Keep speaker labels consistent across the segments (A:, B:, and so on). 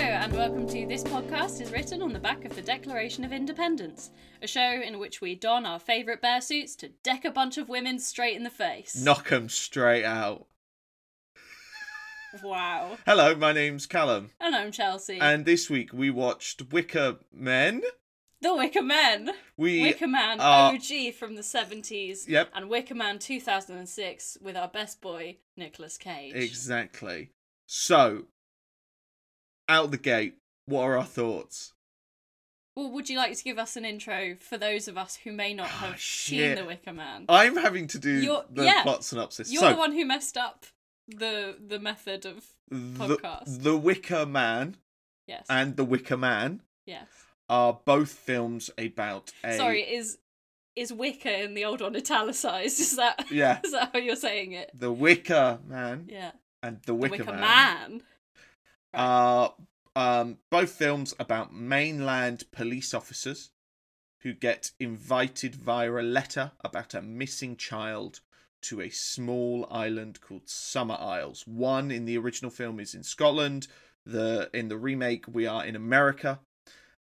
A: welcome to This Podcast is written on the back of the Declaration of Independence, a show in which we don our favourite bear suits to deck a bunch of women straight in the face.
B: Knock 'em straight out.
A: Wow.
B: Hello, my name's Callum,
A: And I'm Chelsea.
B: and this week we watched Wicker Men.
A: the Wicker Man.
B: We
A: Wicker Man
B: are-
A: OG from the 70s.
B: Yep.
A: And Wicker Man 2006 with our best boy, Nicolas Cage.
B: exactly. So, out the gate, what are our thoughts?
A: well, would you like to give us an intro for those of us who may not
B: Ah,
A: have seen
B: shit.
A: The Wicker Man?
B: I'm having to do
A: You're-
B: the
A: yeah.
B: plot synopsis.
A: You're
B: so,
A: the one who messed up the the method of
B: the,
A: podcast.
B: the Wicker Man
A: yes.
B: and The Wicker Man
A: yes.
B: are both films about a.
A: Sorry, is is Wicker in the old one italicized? Is that is
B: Yeah.
A: that how you're saying it?
B: The Wicker Man
A: Yeah.
B: and The
A: The
B: Wicker,
A: Wicker
B: Man.
A: Man.
B: are um, both films about mainland police officers who get invited via a letter about a missing child to a small island called Summer Isles. One in the original film is in Scotland. The in the remake we are in America,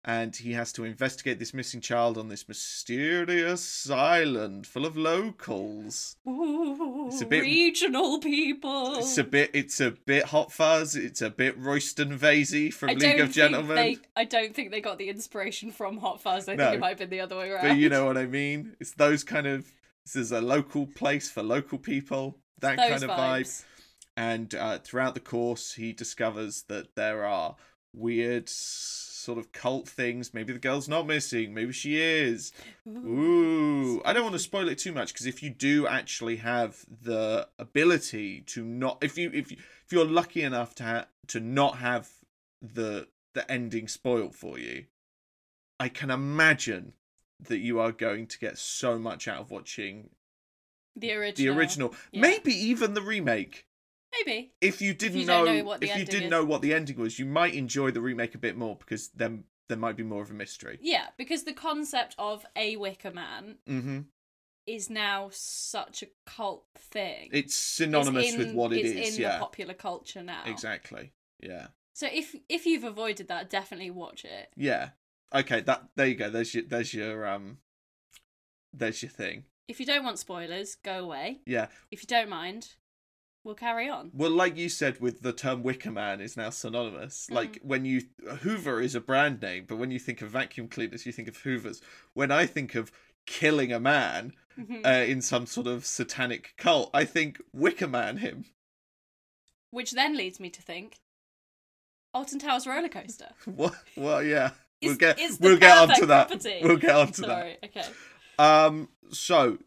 B: and he has to investigate this missing child on this mysterious island full of locals.
A: Ooh,
B: It's a bit-
A: regional people.
B: It's a bit, it's a bit hot fuzz. It's a bit Royston Vasey from
A: I
B: League
A: don't
B: of
A: think
B: Gentlemen.
A: They, I don't think they got the inspiration from Hot Fuzz. I
B: No.
A: think it might have been the other way around.
B: but you know what I mean. It's those kind of. This is a local place for local people. That
A: Those
B: kind of vibe.
A: vibes.
B: And uh, throughout the course, he discovers that there are weird s- sort of cult things. Maybe the girl's not missing. Maybe she is. Ooh, I don't want to spoil it too much because if you do actually have the ability to not, if you if you, if you're lucky enough to ha- to not have the the ending spoiled for you, I can imagine that you are going to get so much out of watching
A: The
B: the
A: original.
B: original,
A: yeah.
B: maybe even the remake.
A: Maybe.
B: If you didn't
A: you
B: know,
A: don't know what the
B: if you
A: ending
B: didn't
A: is.
B: know what the ending was, you might enjoy the remake a bit more because then there might be more of a mystery.
A: Yeah, because the concept of a Wicker Man
B: Mm-hmm.
A: is now such a cult thing.
B: It's
A: It's
B: synonymous with
A: in-
B: what it
A: it's
B: is.
A: in
B: yeah,
A: the popular culture now.
B: exactly. Yeah.
A: So if if you've avoided that, definitely watch it.
B: Yeah. Okay, that there you go. There's your there's your um there's your thing.
A: If you don't want spoilers, go away.
B: Yeah.
A: If you don't mind, we'll carry on.
B: Well, like you said with the term Wicker Man is now synonymous. Like when you Hoover is a brand name, but when you think of vacuum cleaners, you think of Hoovers. When I think of killing a man
A: Hmm.
B: uh, in some sort of satanic cult, I think Wicker Man him.
A: Which then leads me to think Alton Towers roller coaster.
B: What? Well, yeah. we'll
A: It's-
B: get
A: it's the
B: we'll get onto
A: perfect
B: that.
A: property.
B: We'll get onto that.
A: Sorry, okay.
B: Um. So,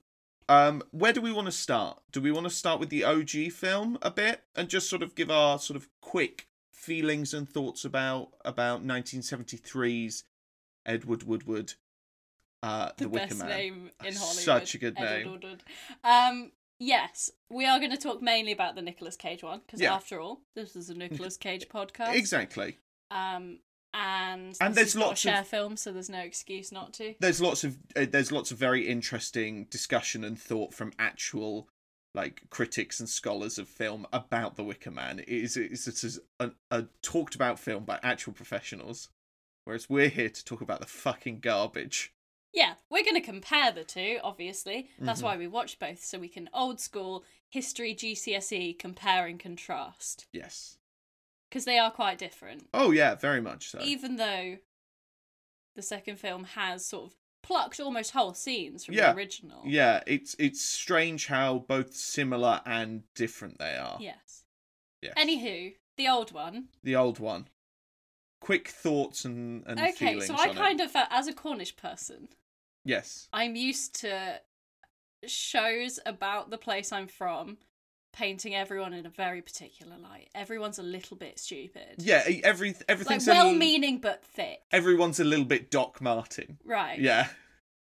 B: um, where do we want to start? Do we want to start with the OG film a bit and just sort of give our sort of quick feelings and thoughts about about 1973's Edward Woodward, uh, the,
A: The,
B: Wicker
A: best
B: Man.
A: name in Hollywood.
B: Such a good
A: Edward
B: name.
A: Woodward. Um, yes, we are going to talk mainly about the Nicolas Cage one because
B: Yeah.
A: after all, this is a Nicolas Cage podcast.
B: Exactly.
A: Um, and
B: And
A: this
B: there's
A: is not a
B: lots of-
A: share film, so there's no excuse not to.
B: There's lots of uh, there's lots of very interesting discussion and thought from actual like critics and scholars of film about the Wicker Man. It is it's, it's a, a talked about film by actual professionals, whereas we're here to talk about the fucking garbage.
A: Yeah, we're going to compare the two, obviously. That's
B: Mhm.
A: why we watch both, so we can old school history GCSE E, compare and contrast
B: Yes.
A: because they are quite different.
B: Oh yeah, very much so.
A: Even though the second film has sort of plucked almost whole scenes from
B: Yeah.
A: the original.
B: Yeah, it's it's strange how both similar and different they are.
A: Yes.
B: Yes.
A: Anywho, the old one.
B: the old one. Quick thoughts and and
A: okay,
B: feelings
A: so I
B: on
A: kind
B: it.
A: of, uh, as a Cornish person,
B: Yes.
A: I'm used to shows about the place I'm from painting everyone in a very particular light. Everyone's a little bit stupid.
B: Yeah, e- every
A: Like
B: everything's a
A: well
B: l-
A: meaning but thick.
B: everyone's a little bit Doc Martin.
A: Right.
B: Yeah,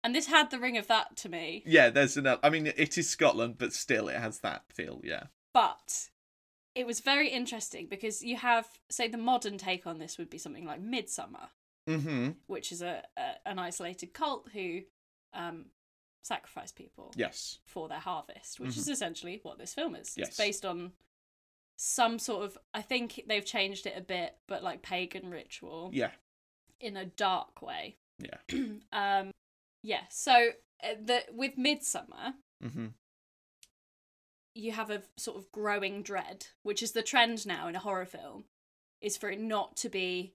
A: And this had the ring of that to me.
B: yeah. There's an. I mean, it is Scotland, but still, it has that feel. Yeah,
A: But it was very interesting because you have, say, the modern take on this would be something like Midsummer,
B: Mm-hmm.
A: which is a, a an isolated cult who um, sacrifice people.
B: Yes.
A: for their harvest, which is essentially what this film is.
B: Mm-hmm. Yes.
A: It's based on some sort of I think they've changed it a bit, but like pagan ritual
B: Yeah.
A: in a dark way.
B: Yeah.
A: um yeah, so uh, the with midsummer
B: hmm
A: you have a sort of growing dread, which is the trend now in a horror film, is for it not to be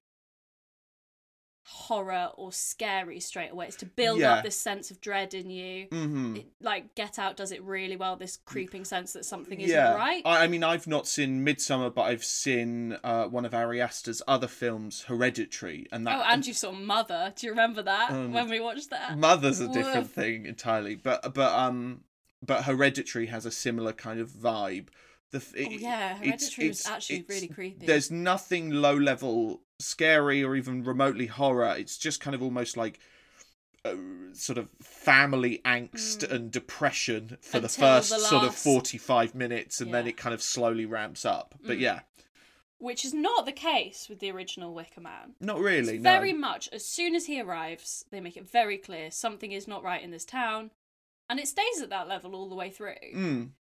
A: horror or scary straight away. It's to build
B: Yeah.
A: up this sense of dread in you.
B: hmm
A: It- like Get Out does it really well. This creeping sense that something isn't
B: Mm. yeah.
A: right.
B: I, I mean, I've not seen Midsummer, but I've seen uh, one of Ari Aster's other films, Hereditary, and that.
A: oh, and you saw Mother. Do you remember that
B: Um,
A: when we watched that?
B: Mother's a different
A: Woof.
B: thing entirely, but but um, but Hereditary has a similar kind of vibe. The f-
A: oh yeah,
B: it's-
A: Hereditary
B: it's-
A: was actually
B: it's-
A: really creepy.
B: There's nothing low level scary or even remotely horror. It's just kind of almost like uh, sort of family angst and depression for
A: Mm. Until
B: the
A: the
B: first sort of
A: last-
B: 45 minutes and then
A: Yeah.
B: it kind of slowly ramps up. But
A: Mm.
B: yeah,
A: Which is not the case with the original Wicker Man.
B: not really.
A: It's very
B: no.
A: much as soon as he arrives, they make it very clear something is not right in this town, and it stays at that level all the way through.
B: Mm.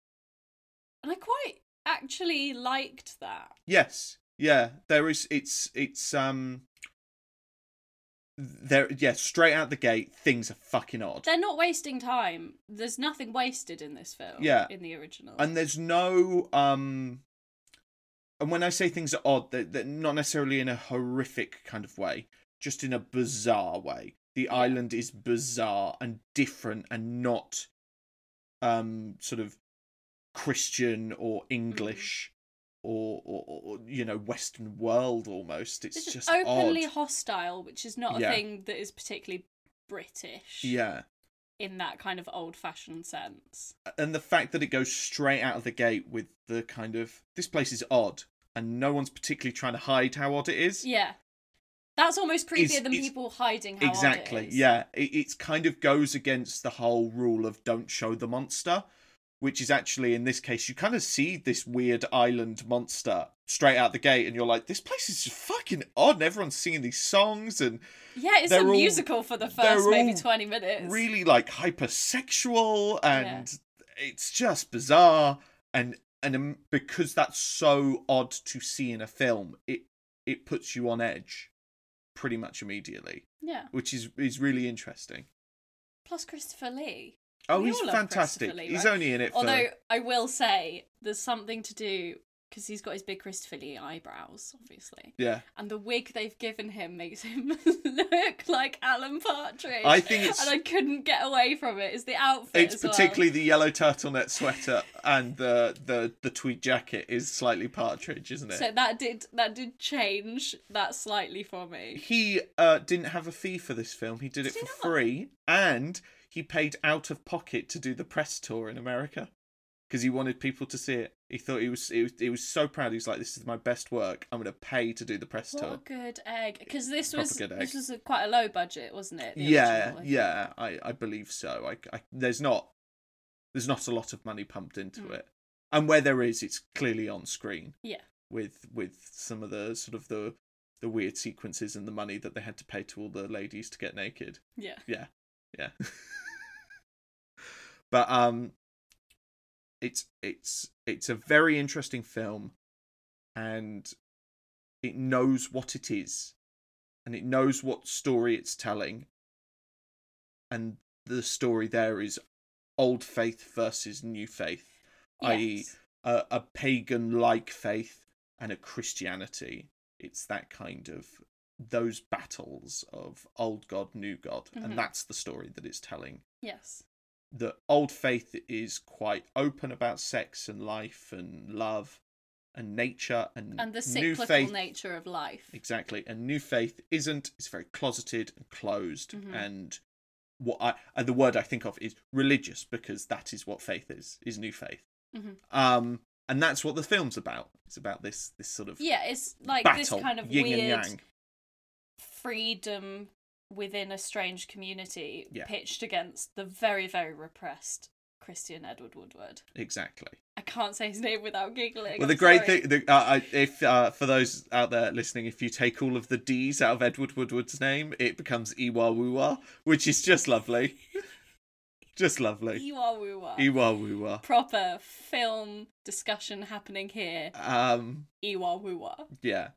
A: And I quite actually liked that.
B: Yes. Yeah. There is it's it's um there yeah, straight out the gate things are fucking odd.
A: They're not wasting time. There's nothing wasted in this film.
B: Yeah.
A: In the original.
B: and there's no um and when i say things are odd they're, they're not necessarily in a horrific kind of way just in a bizarre way the
A: Yeah.
B: island is bizarre and different and not um sort of christian or
A: Mm-hmm.
B: english or, or, or or, you know western world almost it's
A: They're
B: just,
A: just, openly
B: odd
A: hostile, which is not a
B: Yeah.
A: thing that is particularly British
B: yeah
A: in that kind of old fashioned sense.
B: and the fact that it goes straight out of the gate with the kind of this place is odd and no one's particularly trying to hide how odd it is
A: Yeah. That's almost creepier
B: It's-
A: than
B: it's-
A: people hiding how odd it
B: exactly
A: is.
B: yeah it, it kind of goes against the whole rule of don't show the monster which is actually in this case you kind of see this weird island monster straight out the gate and you're like this place is just fucking odd and everyone's singing these songs and
A: Yeah, it's
B: They're
A: a
B: all-
A: musical for the
B: they're
A: first maybe
B: all
A: 20 minutes.
B: really like hypersexual
A: Yeah.
B: and it's just bizarre and and um, because that's so odd to see in a film it it puts you on edge pretty much immediately
A: Yeah.
B: which is is really interesting
A: Plus Christopher Lee.
B: Oh,
A: We
B: he's
A: all love
B: fantastic.
A: Christopher Lee,
B: he's
A: right?
B: only in it for.
A: Although I will say there's something to do because he's got his big Christopher Lee eyebrows, obviously.
B: yeah,
A: And the wig they've given him makes him look like Alan Partridge.
B: I think it's-
A: And I couldn't get away from it. Is the outfit.
B: it's
A: as well.
B: particularly the yellow turtleneck sweater and the the the tweed jacket is slightly partridge, isn't it?
A: So that did that did change that slightly for me.
B: he uh, didn't have a fee for this film. He did it
A: Did he
B: for free, and he paid out of pocket to do the press tour in America because he wanted people to see it. He thought he was he was, he was so proud. He was like, "This is my best work. I'm going to pay to do the press
A: What a
B: tour."
A: good egg! Because this
B: Proper
A: was
B: good egg.
A: this was a, quite a low budget, wasn't it? the
B: yeah,
A: original, I think?
B: yeah, I, I believe so. I, I there's not there's not a lot of money pumped into
A: Mm.
B: it, and where there is, it's clearly on screen.
A: Yeah.
B: with with some of the sort of the the weird sequences and the money that they had to pay to all the ladies to get naked.
A: yeah.
B: Yeah, but um, it's it's it's a very interesting film, and it knows what it is, and it knows what story it's telling, and the story there is old faith versus new faith, i.e.,
A: Yes.
B: a, a pagan like faith and a Christianity. It's that kind of those battles of old God, new God,
A: Mhm.
B: and that's the story that it's telling.
A: Yes.
B: The old faith is quite open about sex and life and love and nature and,
A: And the
B: new
A: cyclical
B: faith
A: nature of life.
B: Exactly. And new faith isn't. It's very closeted and closed.
A: Mhm.
B: And what I and the word I think of is religious because that is what faith is. Is new faith.
A: Mhm.
B: Um, and that's what the film's about. It's about this this sort of
A: Yeah, it's like
B: battle,
A: this kind of
B: yin and
A: weird
B: yang.
A: freedom within a strange community
B: Yeah.
A: pitched against the very, very repressed Christian Edward Woodward.
B: Exactly.
A: I can't say his name without giggling.
B: Well,
A: I'm
B: the great
A: sorry.
B: thing, the, uh, I- if uh, for those out there listening, if you take all of the D's out of Edward Woodward's name, it becomes Iwa Wuwa, which is just lovely. Just lovely.
A: Iwa Wuwa.
B: Iwa wooa.
A: Proper film discussion happening here.
B: Um,
A: Iwa Wuwa.
B: yeah.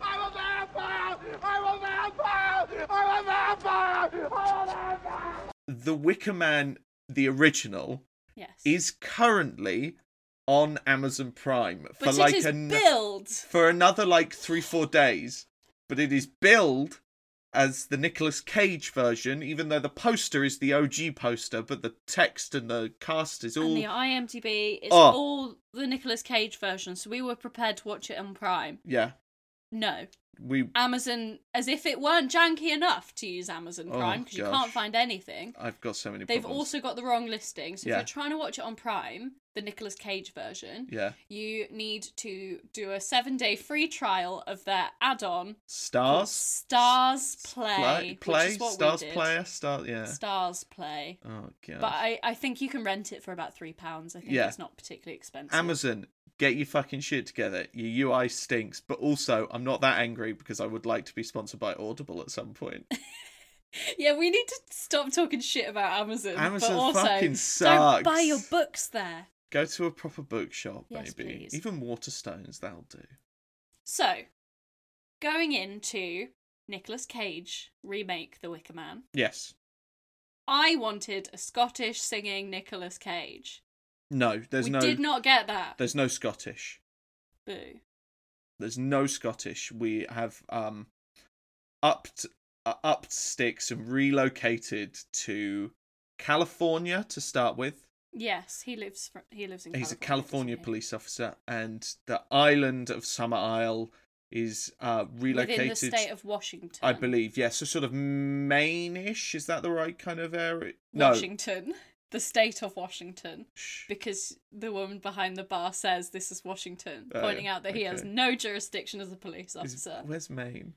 C: I'm a vampire! I'm a vampire! I'm a vampire! I'm a vampire!
B: The Wicker Man, the original,
A: Yes.
B: is currently on Amazon Prime for
A: but
B: like
A: it is
B: an-
A: billed.
B: for another like three four days. But it is billed as the Nicolas Cage version, even though the poster is the OG poster, but the text and the cast is all
A: And the IMDb is
B: Oh.
A: all the Nicolas Cage version, so we were prepared to watch it on Prime.
B: yeah.
A: No.
B: We
A: Amazon, as if it weren't janky enough to use Amazon
B: Oh,
A: Prime, because you
B: gosh.
A: can't find anything.
B: I've got so many.
A: They've
B: problems.
A: also got the wrong listing. So if
B: Yeah.
A: you're trying to watch it on Prime, the Nicolas Cage version,
B: yeah
A: you need to do a seven day free trial of their add on
B: stars
A: Stars Play.
B: play
A: which is what
B: stars
A: we did.
B: player star yeah.
A: Stars Play.
B: oh god.
A: But I, I think you can rent it for about £3. I think
B: Yeah.
A: it's not particularly expensive.
B: Amazon, get your fucking shit together. Your UI stinks, but also I'm not that angry because I would like to be sponsored by Audible at some point.
A: Yeah, we need to stop talking shit about Amazon.
B: Amazon
A: but also,
B: fucking
A: Don't
B: sucks.
A: buy your books there.
B: Go to a proper bookshop,
A: Yes,
B: maybe.
A: please.
B: Even Waterstones, that'll do.
A: So, going into Nicolas Cage remake The Wicker Man,
B: Yes.
A: I wanted a Scottish singing Nicolas Cage.
B: No, there's
A: we
B: no
A: did not get that.
B: there's no Scottish.
A: Boo.
B: There's no Scottish. We have um upped uh, upped sticks and relocated to California to start with.
A: Yes, he lives. Fr- he lives in.
B: He's a
A: California,
B: California
A: doesn't he?
B: police officer, and the island of Summer Isle is uh,
A: Within
B: relocated.
A: the state of Washington.
B: I believe, yeah. So sort of Maine-ish. Is that the right kind of area?
A: Washington. The state of Washington,
B: No. Shh.
A: because the woman behind the bar says this is Washington,
B: Oh,
A: pointing out that he has
B: okay.
A: no jurisdiction as a police
B: Is-
A: officer.
B: where's Maine?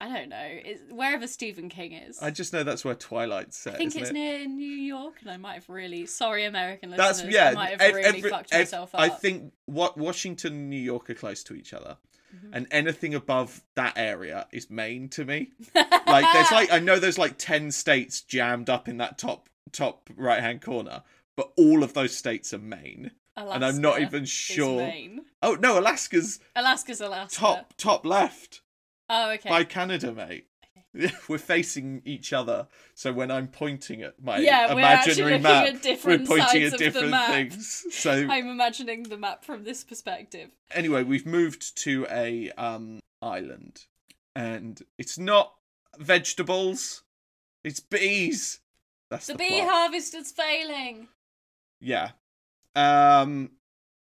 A: I don't know. It's wherever Stephen King is.
B: I just know that's where Twilight's set.
A: I think
B: isn't
A: it's
B: it?
A: near New York, and I might have really sorry, American listeners.
B: That's yeah.
A: I might have
B: ev-
A: really
B: every-
A: fucked
B: ev-
A: myself up.
B: I think what Washington and New York are close to each other,
A: Mm-hmm.
B: and anything above that area is Maine to me. like there's like I know there's like ten states jammed up in that top top right hand corner, but all of those states are Maine, and I'm not
A: Alaska
B: even
A: is
B: sure.
A: Maine.
B: Oh no, Alaska's
A: Alaska's Alaska.
B: top top left
A: Oh, okay.
B: by Canada, mate. We're facing each other, so when I'm pointing at my
A: Yeah, we're actually
B: imaginary
A: looking
B: map,
A: at different
B: we're pointing
A: sides of
B: at
A: the
B: different
A: map.
B: things. So
A: I'm imagining the map from this perspective.
B: anyway, we've moved to a um island, and it's not vegetables, it's bees. That's
A: The,
B: the,
A: bee
B: plot.
A: harvest is failing.
B: Yeah. Um,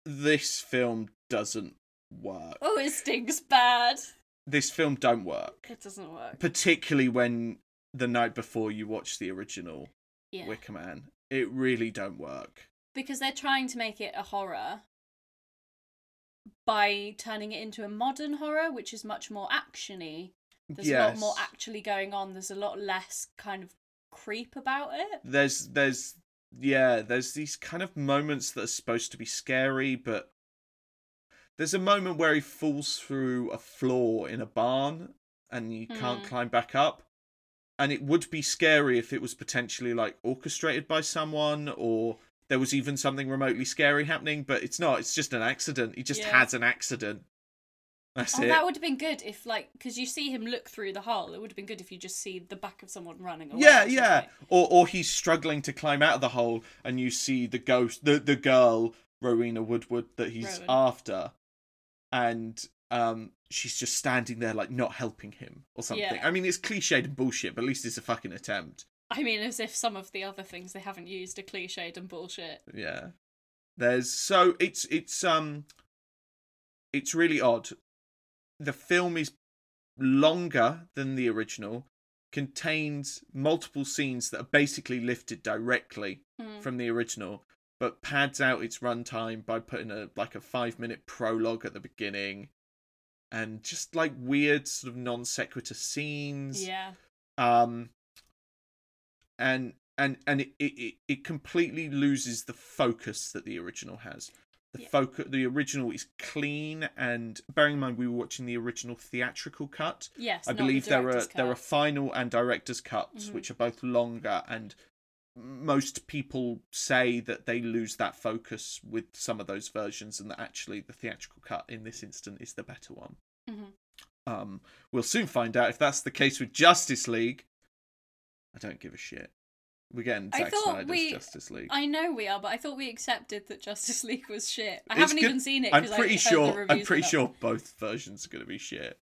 B: this film doesn't work.
A: Oh, it stinks bad.
B: This film don't work,
A: It doesn't work.
B: particularly when the night before you watch the original
A: Yeah,
B: Wicker Man. It really don't work.
A: because they're trying to make it a horror by turning it into a modern horror, which is much more actiony. There's a lot more
B: Yes.
A: actually going on. There's a lot less kind of creep about it.
B: there's there's yeah there's these kind of moments that are supposed to be scary but there's a moment where he falls through a floor in a barn and you can't
A: Hmm.
B: climb back up and it would be scary if it was potentially like orchestrated by someone or there was even something remotely scary happening but it's not it's just an accident he just
A: Yeah.
B: has an accident that's
A: Oh,
B: it
A: that would have been good if, like, because you see him look through the hole. It would have been good if you just see the back of someone running away.
B: Yeah,
A: or
B: yeah.
A: something.
B: Or or he's struggling to climb out of the hole, and you see the ghost, the the girl Rowena Woodward that he's
A: Rowan.
B: after, and um, she's just standing there like not helping him or something.
A: Yeah.
B: I mean, it's cliched and bullshit, but at least it's a fucking attempt.
A: I mean, as if some of the other things they haven't used are cliched and bullshit.
B: Yeah. There's so it's it's um, it's really odd. The film is longer than the original. Contains multiple scenes that are basically lifted directly
A: Mm.
B: from the original, but pads out its runtime by putting a like a five minute prologue at the beginning, and just like weird sort of non sequitur scenes.
A: Yeah,
B: Um. And and and it, it it- it completely loses the focus that the original has. The
A: Yeah.
B: focus the original is clean and bearing in mind we were watching the original theatrical cut.
A: yes.
B: I
A: not the
B: believe there are
A: director's
B: there are
A: cut.
B: final and director's cuts,
A: Mhm.
B: which are both longer and most people say that they lose that focus with some of those versions, and that actually the theatrical cut in this instant is the better one.
A: Mhm.
B: Um, we'll soon find out if that's the case with Justice League. I don't give a shit. We're getting
A: I
B: Zack
A: thought
B: Snyder's
A: we-
B: Justice League.
A: I know we are, but I thought we accepted that Justice League was shit. I
B: It's
A: haven't
B: good-
A: even seen it.
B: I'm
A: 'cause I
B: pretty
A: heard the
B: sure. I'm
A: reviews
B: pretty
A: were not-
B: sure both versions are going to be shit.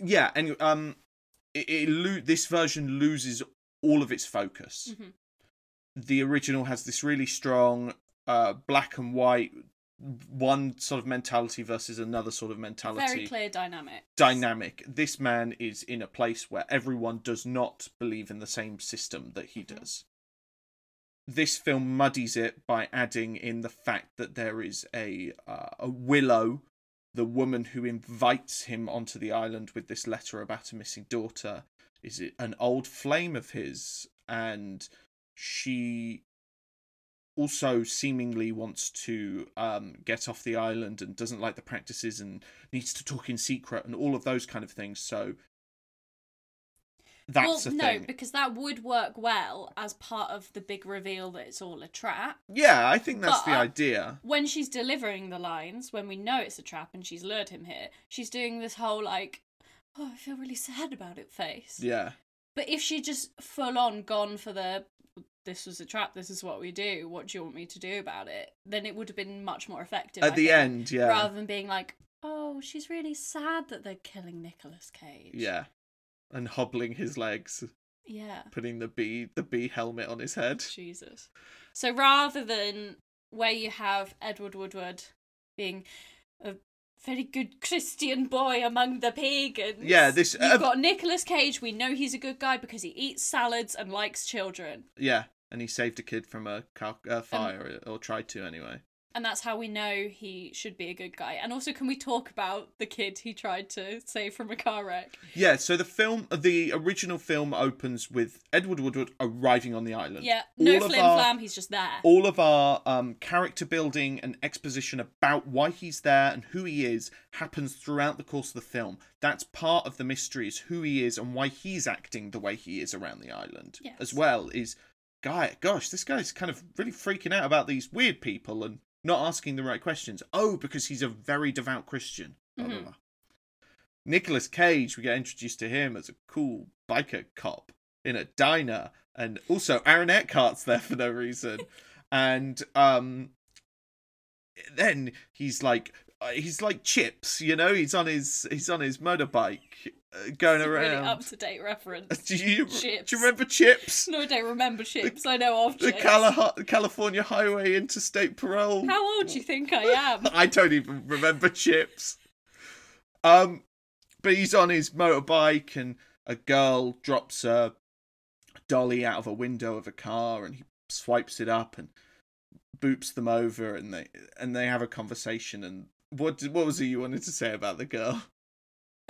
B: Yeah, and um, it, it lo- this version loses all of its focus.
A: Mhm.
B: The original has this really strong uh black and white one sort of mentality versus another sort of mentality
A: Very clear dynamic.
B: dynamic. This man is in a place where everyone does not believe in the same system that he
A: Mhm.
B: does. This film muddies it by adding in the fact that there is a uh, a Willow, the woman who invites him onto the island with this letter about a missing daughter, is it an old flame of his, and she also seemingly wants to um, get off the island and doesn't like the practices and needs to talk in secret and all of those kind of things. So that's
A: well,
B: a
A: no,
B: thing.
A: because that would work well as part of the big reveal that it's all a trap.
B: yeah, I think that's the
A: But-
B: idea.
A: When she's delivering the lines, when we know it's a trap and she's lured him here, she's doing this whole like, "Oh, I feel really sad about it" face.
B: Yeah,
A: But if she just full on gone for the this was a trap, this is what we do, what do you want me to do about it? Then it would have been much more effective.
B: at
A: I
B: the
A: think,
B: end, yeah,
A: Rather than being like, Oh, she's really sad that they're killing Nicolas Cage.
B: yeah, and hobbling his legs,
A: Yeah.
B: putting the bee the bee helmet on his head.
A: Jesus. So rather than where you have Edward Woodward being a very good Christian boy among the pagans.
B: Yeah, this-
A: you've
B: uh,
A: got Nicolas Cage. We know he's a good guy because he eats salads and likes children,
B: Yeah, and he saved a kid from a car- uh, fire, or tried to anyway.
A: and that's how we know he should be a good guy. And also, can we talk about the kid he tried to save from a car wreck?
B: Yeah, so the film, the original film, opens with Edward Woodward arriving on the island.
A: Yeah, no
B: All of
A: flim
B: our-
A: flam. He's just there.
B: All of our um, character building and exposition about why he's there and who he is happens throughout the course of the film. That's part of the mystery is who he is and why he's acting the way he is around the island.
A: Yes.
B: As well is, guy, gosh, this guy's kind of really freaking out about these weird people and not asking the right questions. Oh, because he's a very devout Christian. Blah, blah,
A: Mhm.
B: blah. Nicholas Cage, we get introduced to him as a cool biker cop in a diner, and also Aaron Eckhart's there for no reason, and um, then he's like uh, he's like Chips, you know, he's on his he's on his motorbike uh, going
A: It's a really
B: around.
A: up to date reference.
B: do you
A: Chips.
B: do you remember Chips?
A: No, I don't remember chips. I know of
B: The
A: chips.
B: Cala- California Highway Interstate Parole.
A: How old do you think I am?
B: I don't even remember chips. Um, but he's on his motorbike, and a girl drops a dolly out of a window of a car, and he swipes it up and boops them over, and they and they have a conversation. And what did, what was it you wanted to say about the girl?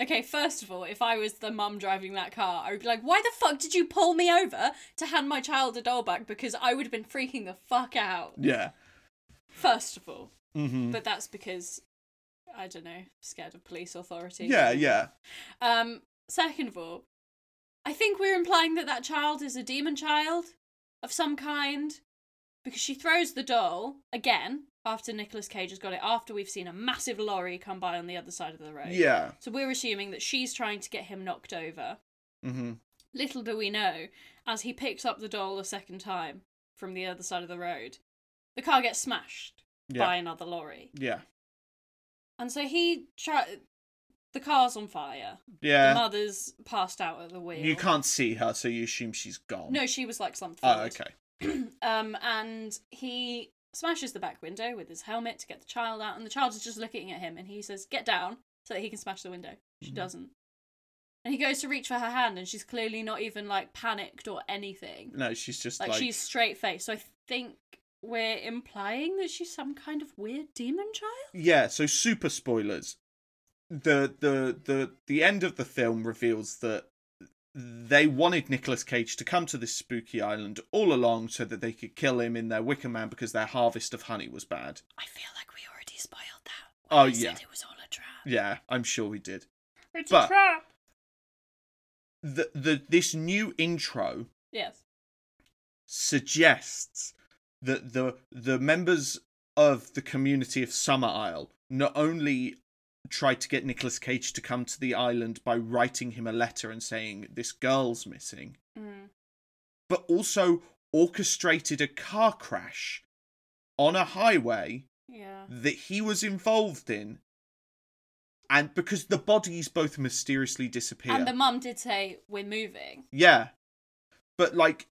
A: Okay, first of all, if I was the mum driving that car, I would be like, why the fuck did you pull me over to hand my child a doll back? Because I would have been freaking the fuck out.
B: Yeah.
A: First of all.
B: Mm-hmm.
A: But that's because, I don't know, scared of police authority.
B: Yeah, yeah.
A: Um, second of all, I think we're implying that that child is a demon child of some kind because she throws the doll again after Nicolas Cage has got it after we've seen a massive lorry come by on the other side of the road.
B: Yeah.
A: So we're assuming that she's trying to get him knocked over.
B: Mm-hmm.
A: Little do we know, as he picks up the doll a second time from the other side of the road, the car gets smashed
B: Yeah.
A: by another lorry.
B: Yeah.
A: And so he try the car's on fire. The
B: Yeah.
A: mother's passed out at the wheel.
B: You can't see her, so you assume she's gone.
A: No, she was like slumped
B: Oh,
A: forward.
B: okay.
A: Um, and he smashes the back window with his helmet to get the child out, and the child is just looking at him, and he says, "Get down," so that he can smash the window. She
B: Mm-hmm.
A: doesn't, and he goes to reach for her hand, and she's clearly not even like panicked or anything.
B: No, she's just
A: Like,
B: like
A: she's straight faced. So I think we're implying that she's some kind of weird demon child.
B: yeah so super spoilers the the the the end of the film reveals that they wanted Nicolas Cage to come to this spooky island all along so that they could kill him in their Wicker Man because their harvest of honey was bad.
A: I feel like we already spoiled that.
B: Oh,
A: we
B: yeah.
A: said it was all a trap.
B: Yeah, I'm sure we did.
A: It's
B: a But-
A: trap.
B: The the this new intro
A: Yes.
B: suggests that the the members of the community of Summer Isle not only tried to get Nicolas Cage to come to the island by writing him a letter and saying this girl's missing,
A: Mm.
B: but also orchestrated a car crash on a highway
A: Yeah.
B: that he was involved in. And because the bodies both mysteriously disappear.
A: And the mum did say, We're moving.
B: Yeah. But like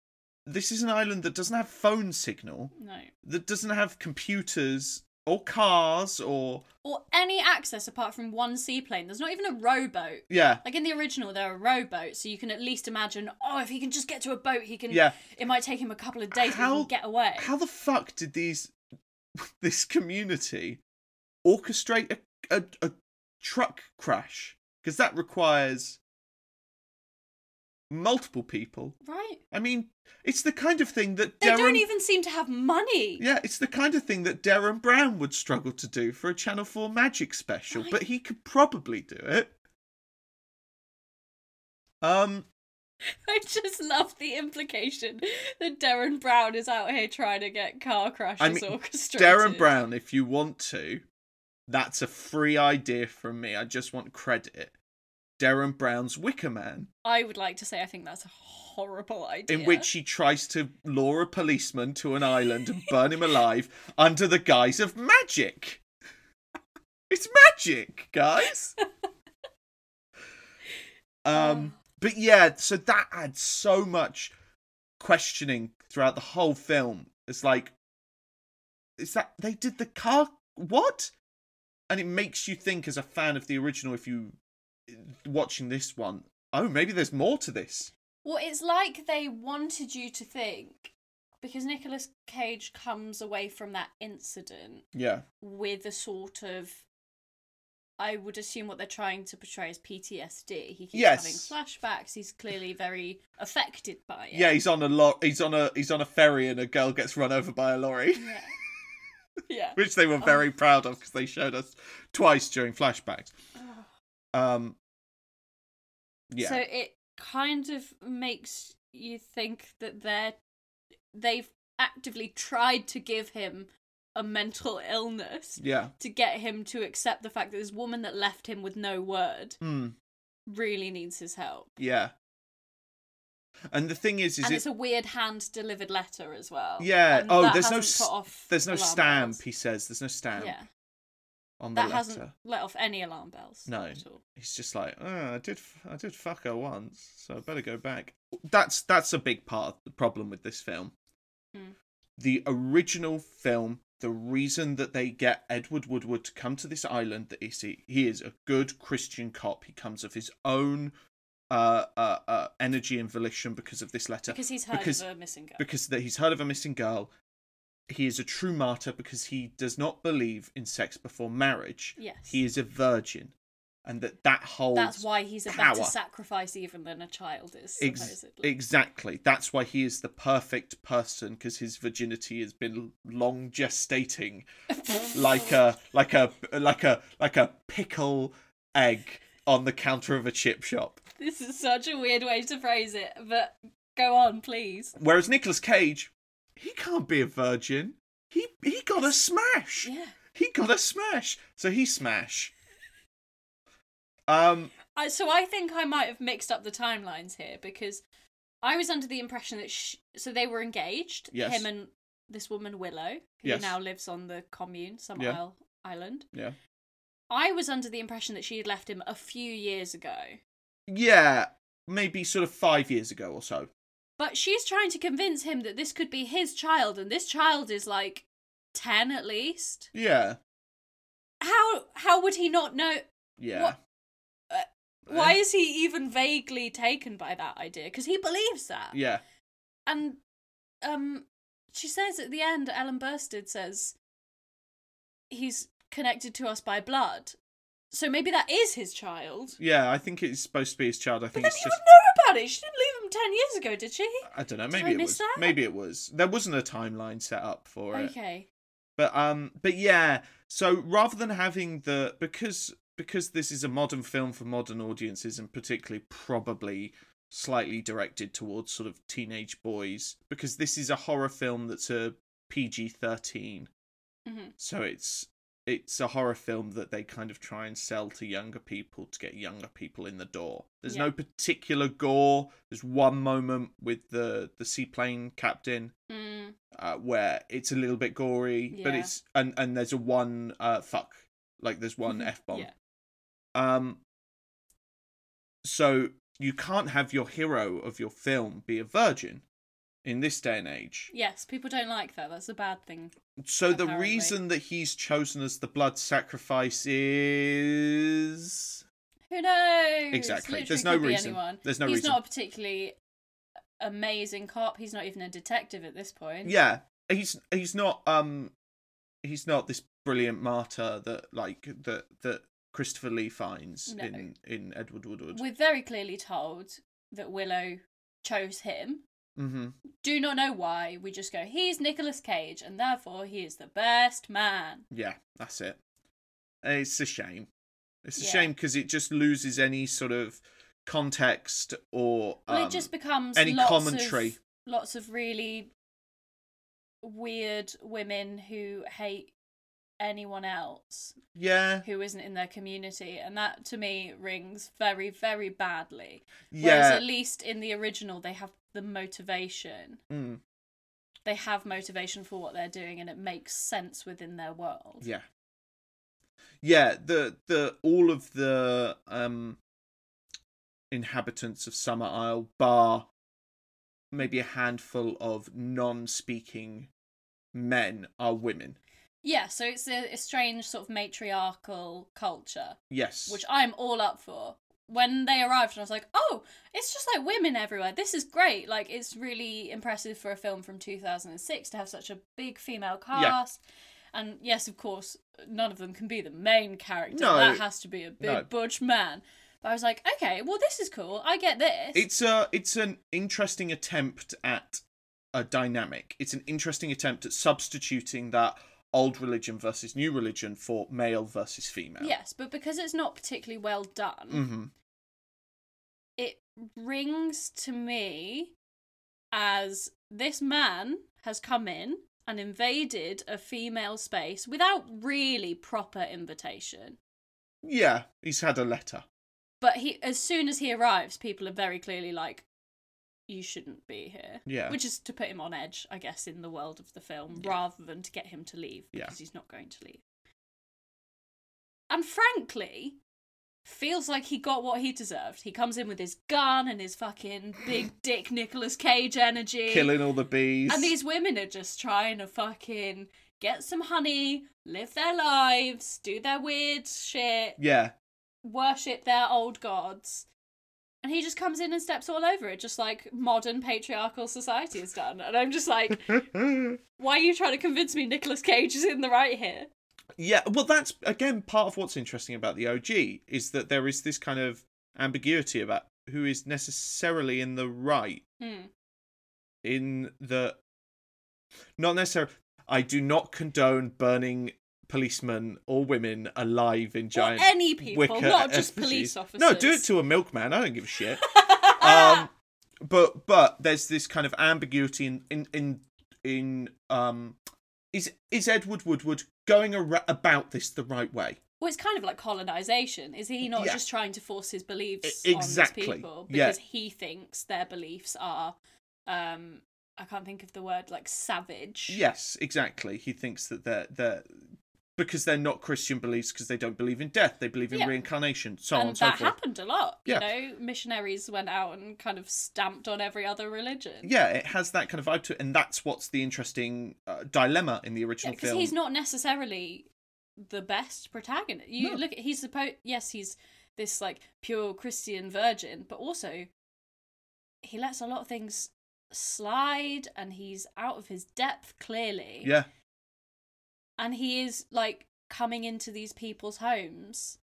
B: this is an island that doesn't have phone signal,
A: No.
B: that doesn't have computers or cars or
A: Or any access apart from one seaplane. There's not even a rowboat.
B: yeah.
A: Like in the original, there are rowboats, so you can at least imagine, oh, if he can just get to a boat, he can.
B: Yeah.
A: It might take him a couple of days, but
B: How-
A: he can get away.
B: How the fuck did these this community orchestrate a a, a truck crash? Because that requires multiple people.
A: Right?
B: I mean, it's the kind of thing that
A: They
B: Darren
A: don't even seem to have money.
B: Yeah, it's the kind of thing that Darren Brown would struggle to do for a Channel 4 Magic special,
A: Right.
B: but he could probably do it. Um,
A: I just love the implication that Darren Brown is out here trying to get car crashes
B: I mean,
A: orchestrated.
B: Darren Brown, if you want to, that's a free idea from me. I just want credit. Darren Brown's Wicker Man,
A: I would like to say I think that's a horrible idea.
B: in which he tries to lure a policeman to an island and burn him alive under the guise of magic. It's magic, guys. um, but yeah, so that had so much questioning throughout the whole film. It's like, is that they did the car what? And it makes you think, as a fan of the original, if you watching this one, oh, maybe there's more to this.
A: Well, it's like they wanted you to think because Nicolas Cage comes away from that incident
B: Yeah.
A: with a sort of I would assume what they're trying to portray is PTSD. He keeps
B: Yes.
A: having flashbacks. He's clearly very affected by it.
B: Yeah, he's on a lo- he's on a he's on a ferry and a girl gets run over by a lorry,
A: Yeah. yeah.
B: which they were very proud of because they showed us twice during flashbacks. Um Yeah.
A: So it kind of makes you think that they're they've actively tried to give him a mental illness
B: yeah.
A: to get him to accept the fact that this woman that left him with no word
B: Hmm.
A: really needs his help.
B: yeah. And the thing is is
A: and
B: it
A: it's a weird hand delivered letter as well.
B: Yeah.
A: And
B: Oh,
A: that
B: there's no
A: hasn't
B: s-
A: put off
B: there's no
A: alarm
B: stamp,
A: bells.
B: he says. There's no stamp
A: Yeah.
B: on the
A: That
B: letter.
A: hasn't let off any alarm bells.
B: No.
A: At all.
B: He's just like, oh, I did f- I did fuck her once, so I better go back. That's that's a big part of the problem with this film.
A: Mm.
B: The original film, the reason that they get Edward Woodward to come to this island that is he, he is a good Christian cop. He comes of his own uh, uh, uh, energy and volition because of this letter
A: Because he's heard
B: because-
A: of a missing girl.
B: because that he's heard of a missing girl. He is a true martyr because he does not believe in sex before marriage.
A: Yes.
B: He is a virgin, and that that holds.
A: That's why he's a
B: power.
A: better sacrifice even than a child is,
B: Ex-
A: supposedly.
B: exactly. That's why he is the perfect person because his virginity has been long gestating, like a like a like a like a pickle egg on the counter of a chip shop.
A: This is such a weird way to phrase it, but go on, please.
B: Whereas Nicolas Cage, he can't be a virgin. He he got a smash.
A: Yeah.
B: He got a smash. So he smash. Um
A: I, so I think I might have mixed up the timelines here because I was under the impression that sh so they were engaged.
B: Yes.
A: Him and this woman Willow, who
B: Yes.
A: now lives on the commune, some
B: Yeah.
A: isle island.
B: Yeah.
A: I was under the impression that she had left him a few years ago,
B: Yeah. Maybe sort of five years ago or so.
A: but she's trying to convince him that this could be his child, and this child is like ten at least.
B: Yeah.
A: How how would he not know?
B: Yeah.
A: What-
B: Eh?
A: Why is he even vaguely taken by that idea? Because he believes that.
B: Yeah.
A: and um she says at the end ellen bursted says he's connected to us by blood so maybe that is his child
B: Yeah, I think it's supposed to be his child. I
A: but
B: think
A: then he
B: it's just
A: would know about it she didn't leave him 10 years ago did she
B: I don't know,
A: Did I
B: maybe it
A: miss
B: was.
A: that?
B: Maybe it was. There wasn't a timeline set up for it.
A: okay
B: But um but yeah, so rather than having the because because this is a modern film for modern audiences and particularly probably slightly directed towards sort of teenage boys because this is a horror film that's a PG 13.
A: Mhm.
B: So it's it's a horror film that they kind of try and sell to younger people to get younger people in the door. There's
A: Yeah.
B: no particular gore. There's one moment with the the seaplane captain
A: Mm,
B: uh, where it's a little bit gory, but
A: Yeah.
B: it's and and there's a one uh fuck like there's one f bomb.
A: Mm-hmm. Yeah.
B: Um. So you can't have your hero of your film be a virgin in this day and age.
A: Yes, people don't like that. That's a bad thing.
B: So the
A: Apparently.
B: reason that he's chosen as the blood sacrifice is
A: Who knows?
B: exactly
A: Literally
B: there's no
A: could be
B: reason.
A: Anyone.
B: There's no
A: He's
B: reason.
A: not a particularly amazing cop. He's not even a detective at this point.
B: yeah he's he's not um he's not this brilliant martyr that like that that christopher lee finds
A: No.
B: in in edward woodward
A: We're very clearly told that Willow chose him.
B: mm-hmm.
A: Do not know why. We just go, he's Nicolas Cage, and therefore he is the best man.
B: yeah that's it it's a shame it's a
A: Yeah.
B: shame because it just loses any sort of context or um,
A: Well, it just becomes
B: any
A: lots
B: commentary.
A: Of, lots of really weird women who hate anyone else
B: yeah
A: who isn't in their community, and that to me rings very, very badly. Whereas
B: yeah
A: at least in the original, they have the motivation.
B: mm,
A: They have motivation for what they're doing, and it makes sense within their world.
B: yeah yeah the the all of the um inhabitants of summer isle bar maybe a handful of non-speaking men are women
A: Yeah, so it's a, a strange sort of matriarchal culture,
B: yes
A: which I'm all up for. When they arrived, and I was like, "Oh, it's just like women everywhere. This is great. Like, it's really impressive for a film from 2006 to have such a big female cast." And yes, of course, none of them can be the main character.
B: No.
A: that has to be a big
B: No.
A: butch man. But I was like, "Okay, well, this is cool. I get this."
B: it's a it's an interesting attempt at a dynamic it's an interesting attempt at substituting that old religion versus new religion for male versus female
A: yes, but because it's not particularly well done,
B: mm-hmm.
A: it rings to me as this man has come in and invaded a female space without really proper invitation.
B: yeah he's had a letter
A: But he, as soon as he arrives, people are very clearly like, "You shouldn't be here."
B: Yeah.
A: which is to put him on edge, I guess, in the world of the film, rather than to get him to leave
B: Yeah.
A: because he's not going to leave. And frankly, feels like he got what he deserved. He comes in with his gun and his fucking big dick Nicolas Cage energy,
B: killing all the bees
A: and these women are just trying to fucking get some honey, live their lives, do their weird shit
B: yeah
A: worship their old gods. And he just comes in and steps all over it, just like modern patriarchal society has done. And I'm just like, why are you trying to convince me Nicolas Cage is in the right here?
B: Yeah, well, that's again part of what's interesting about the OG is that there is this kind of ambiguity about who is necessarily in the right
A: Hmm.
B: in the not necessarily. I do not condone burning policemen or women alive in
A: Or
B: giant
A: any people,
B: wicker
A: not just
B: effigies.
A: police officers.
B: No, do it to a milkman. I don't give a shit. um, but but there's this kind of ambiguity in in in, in um is is Edward Woodward going ar- about this the right way?
A: Well, it's kind of like colonization. Is he not
B: Yeah.
A: just trying to force his beliefs
B: E- exactly.
A: on these people
B: Yeah.
A: because he thinks their beliefs are, um, I can't think of the word, like savage.
B: Yes, exactly. He thinks that they're they're because they're not Christian beliefs because they don't believe in death. They believe in
A: Yeah.
B: reincarnation, so on
A: and
B: and so
A: that
B: forth.
A: happened a lot.
B: Yeah.
A: You know, missionaries went out and kind of stamped on every other religion.
B: Yeah, it has that kind of vibe to it, and that's what's the interesting uh, dilemma in the original
A: because
B: film.
A: he's not necessarily the best protagonist. You
B: No.
A: look, at, he's supposed. Yes, he's this like pure Christian virgin, but also he lets a lot of things slide, and he's out of his depth clearly.
B: yeah,
A: and he is like coming into these people's homes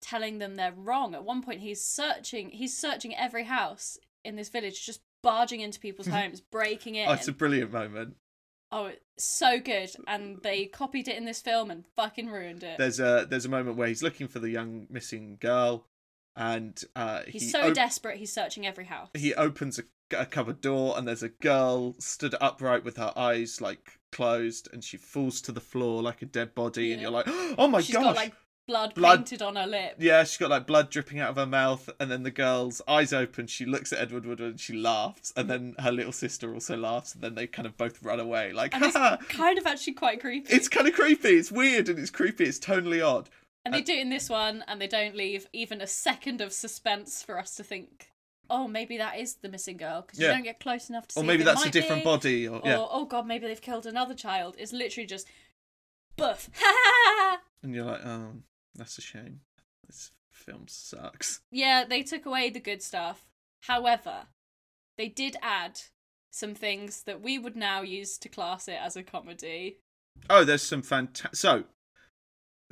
A: telling them they're wrong at one point he's searching he's searching every house in this village just barging into people's homes breaking in
B: oh, it's a brilliant moment.
A: oh it's so good and they copied it in this film and fucking ruined it
B: There's a there's a moment where he's looking for the young missing girl, and uh,
A: He's
B: he
A: so
B: op-
A: desperate, he's searching every house.
B: he opens a, a cupboard door and there's a girl stood upright with her eyes like closed and she falls to the floor like a dead body and
A: Yeah.
B: you're like oh my
A: She's
B: gosh
A: got like blood,
B: Blood.
A: painted on her lip.
B: yeah she's got like blood dripping out of her mouth and then the girl's eyes open she looks at edward woodward and she laughs and then her little sister also laughs and then they kind of both run away like
A: And it's
B: haha
A: kind of actually quite creepy.
B: it's kind of creepy it's weird and it's creepy it's totally odd
A: and
B: Uh,
A: they do it in this one, and they don't leave even a second of suspense for us to think, oh, maybe that is the missing girl, because
B: Yeah.
A: you don't get close enough to see
B: or
A: if
B: maybe
A: it
B: that's a
A: might
B: different
A: be,
B: body or,
A: Or,
B: yeah
A: oh god, maybe they've killed another child. It's literally just, boof, ha ha ha.
B: and you're like oh that's a shame this film sucks
A: Yeah, they took away the good stuff. However, they did add some things that we would now use to class it as a comedy.
B: Oh, there's some fantastic. So,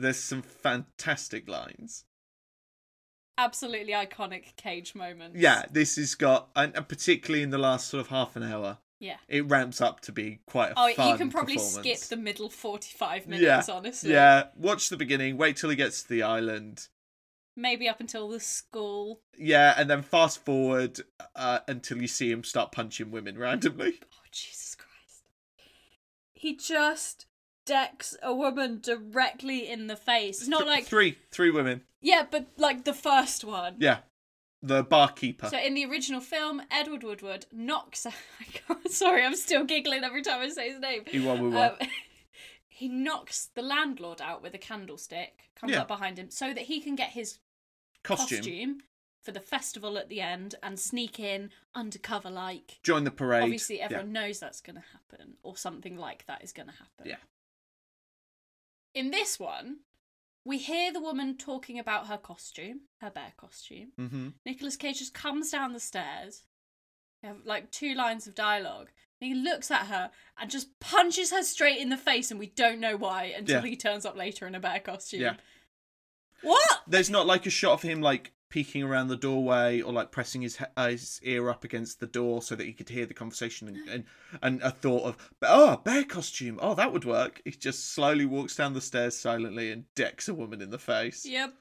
B: there's some fantastic lines.
A: Absolutely iconic cage moments.
B: Yeah, this has got, and and particularly in the last sort of half an hour,
A: Yeah.
B: it ramps up to be quite a
A: Oh,
B: fun
A: you can probably skip
B: performance.
A: the middle 45
B: Yeah,
A: minutes, honestly.
B: Yeah, watch the beginning, wait till he gets to the island.
A: Maybe up until the school.
B: Yeah, and then fast forward uh, until you see him start punching women randomly.
A: Oh, Jesus Christ. He just decks a woman directly in the face. It's not
B: Th-
A: like.
B: three, three women.
A: Yeah, but like the first one.
B: Yeah, the barkeeper.
A: So in the original film, Edward Woodward knocks. I can't- Sorry, I'm still giggling every time I say his name.
B: Iwamuwa.
A: Um, he knocks the landlord out with a candlestick, comes
B: Yeah.
A: up behind him, so that he can get his
B: costume.
A: costume for the festival at the end and sneak in undercover like.
B: Join the parade.
A: Obviously,
B: Yeah.
A: everyone knows that's going to happen, or something like that is going to happen.
B: Yeah.
A: In this one, we hear the woman talking about her costume, her bear costume.
B: Mhm.
A: Nicolas Cage just comes down the stairs. They have like two lines of dialogue. And he looks at her and just punches her straight in the face, and we don't know why until
B: Yeah.
A: he turns up later in a bear costume.
B: Yeah.
A: What?
B: there's not like a shot of him like peeking around the doorway or like pressing his, he- uh, his ear up against the door so that he could hear the conversation and, and and a thought of oh bear costume oh that would work he just slowly walks down the stairs silently and decks a woman in the face
A: Yep.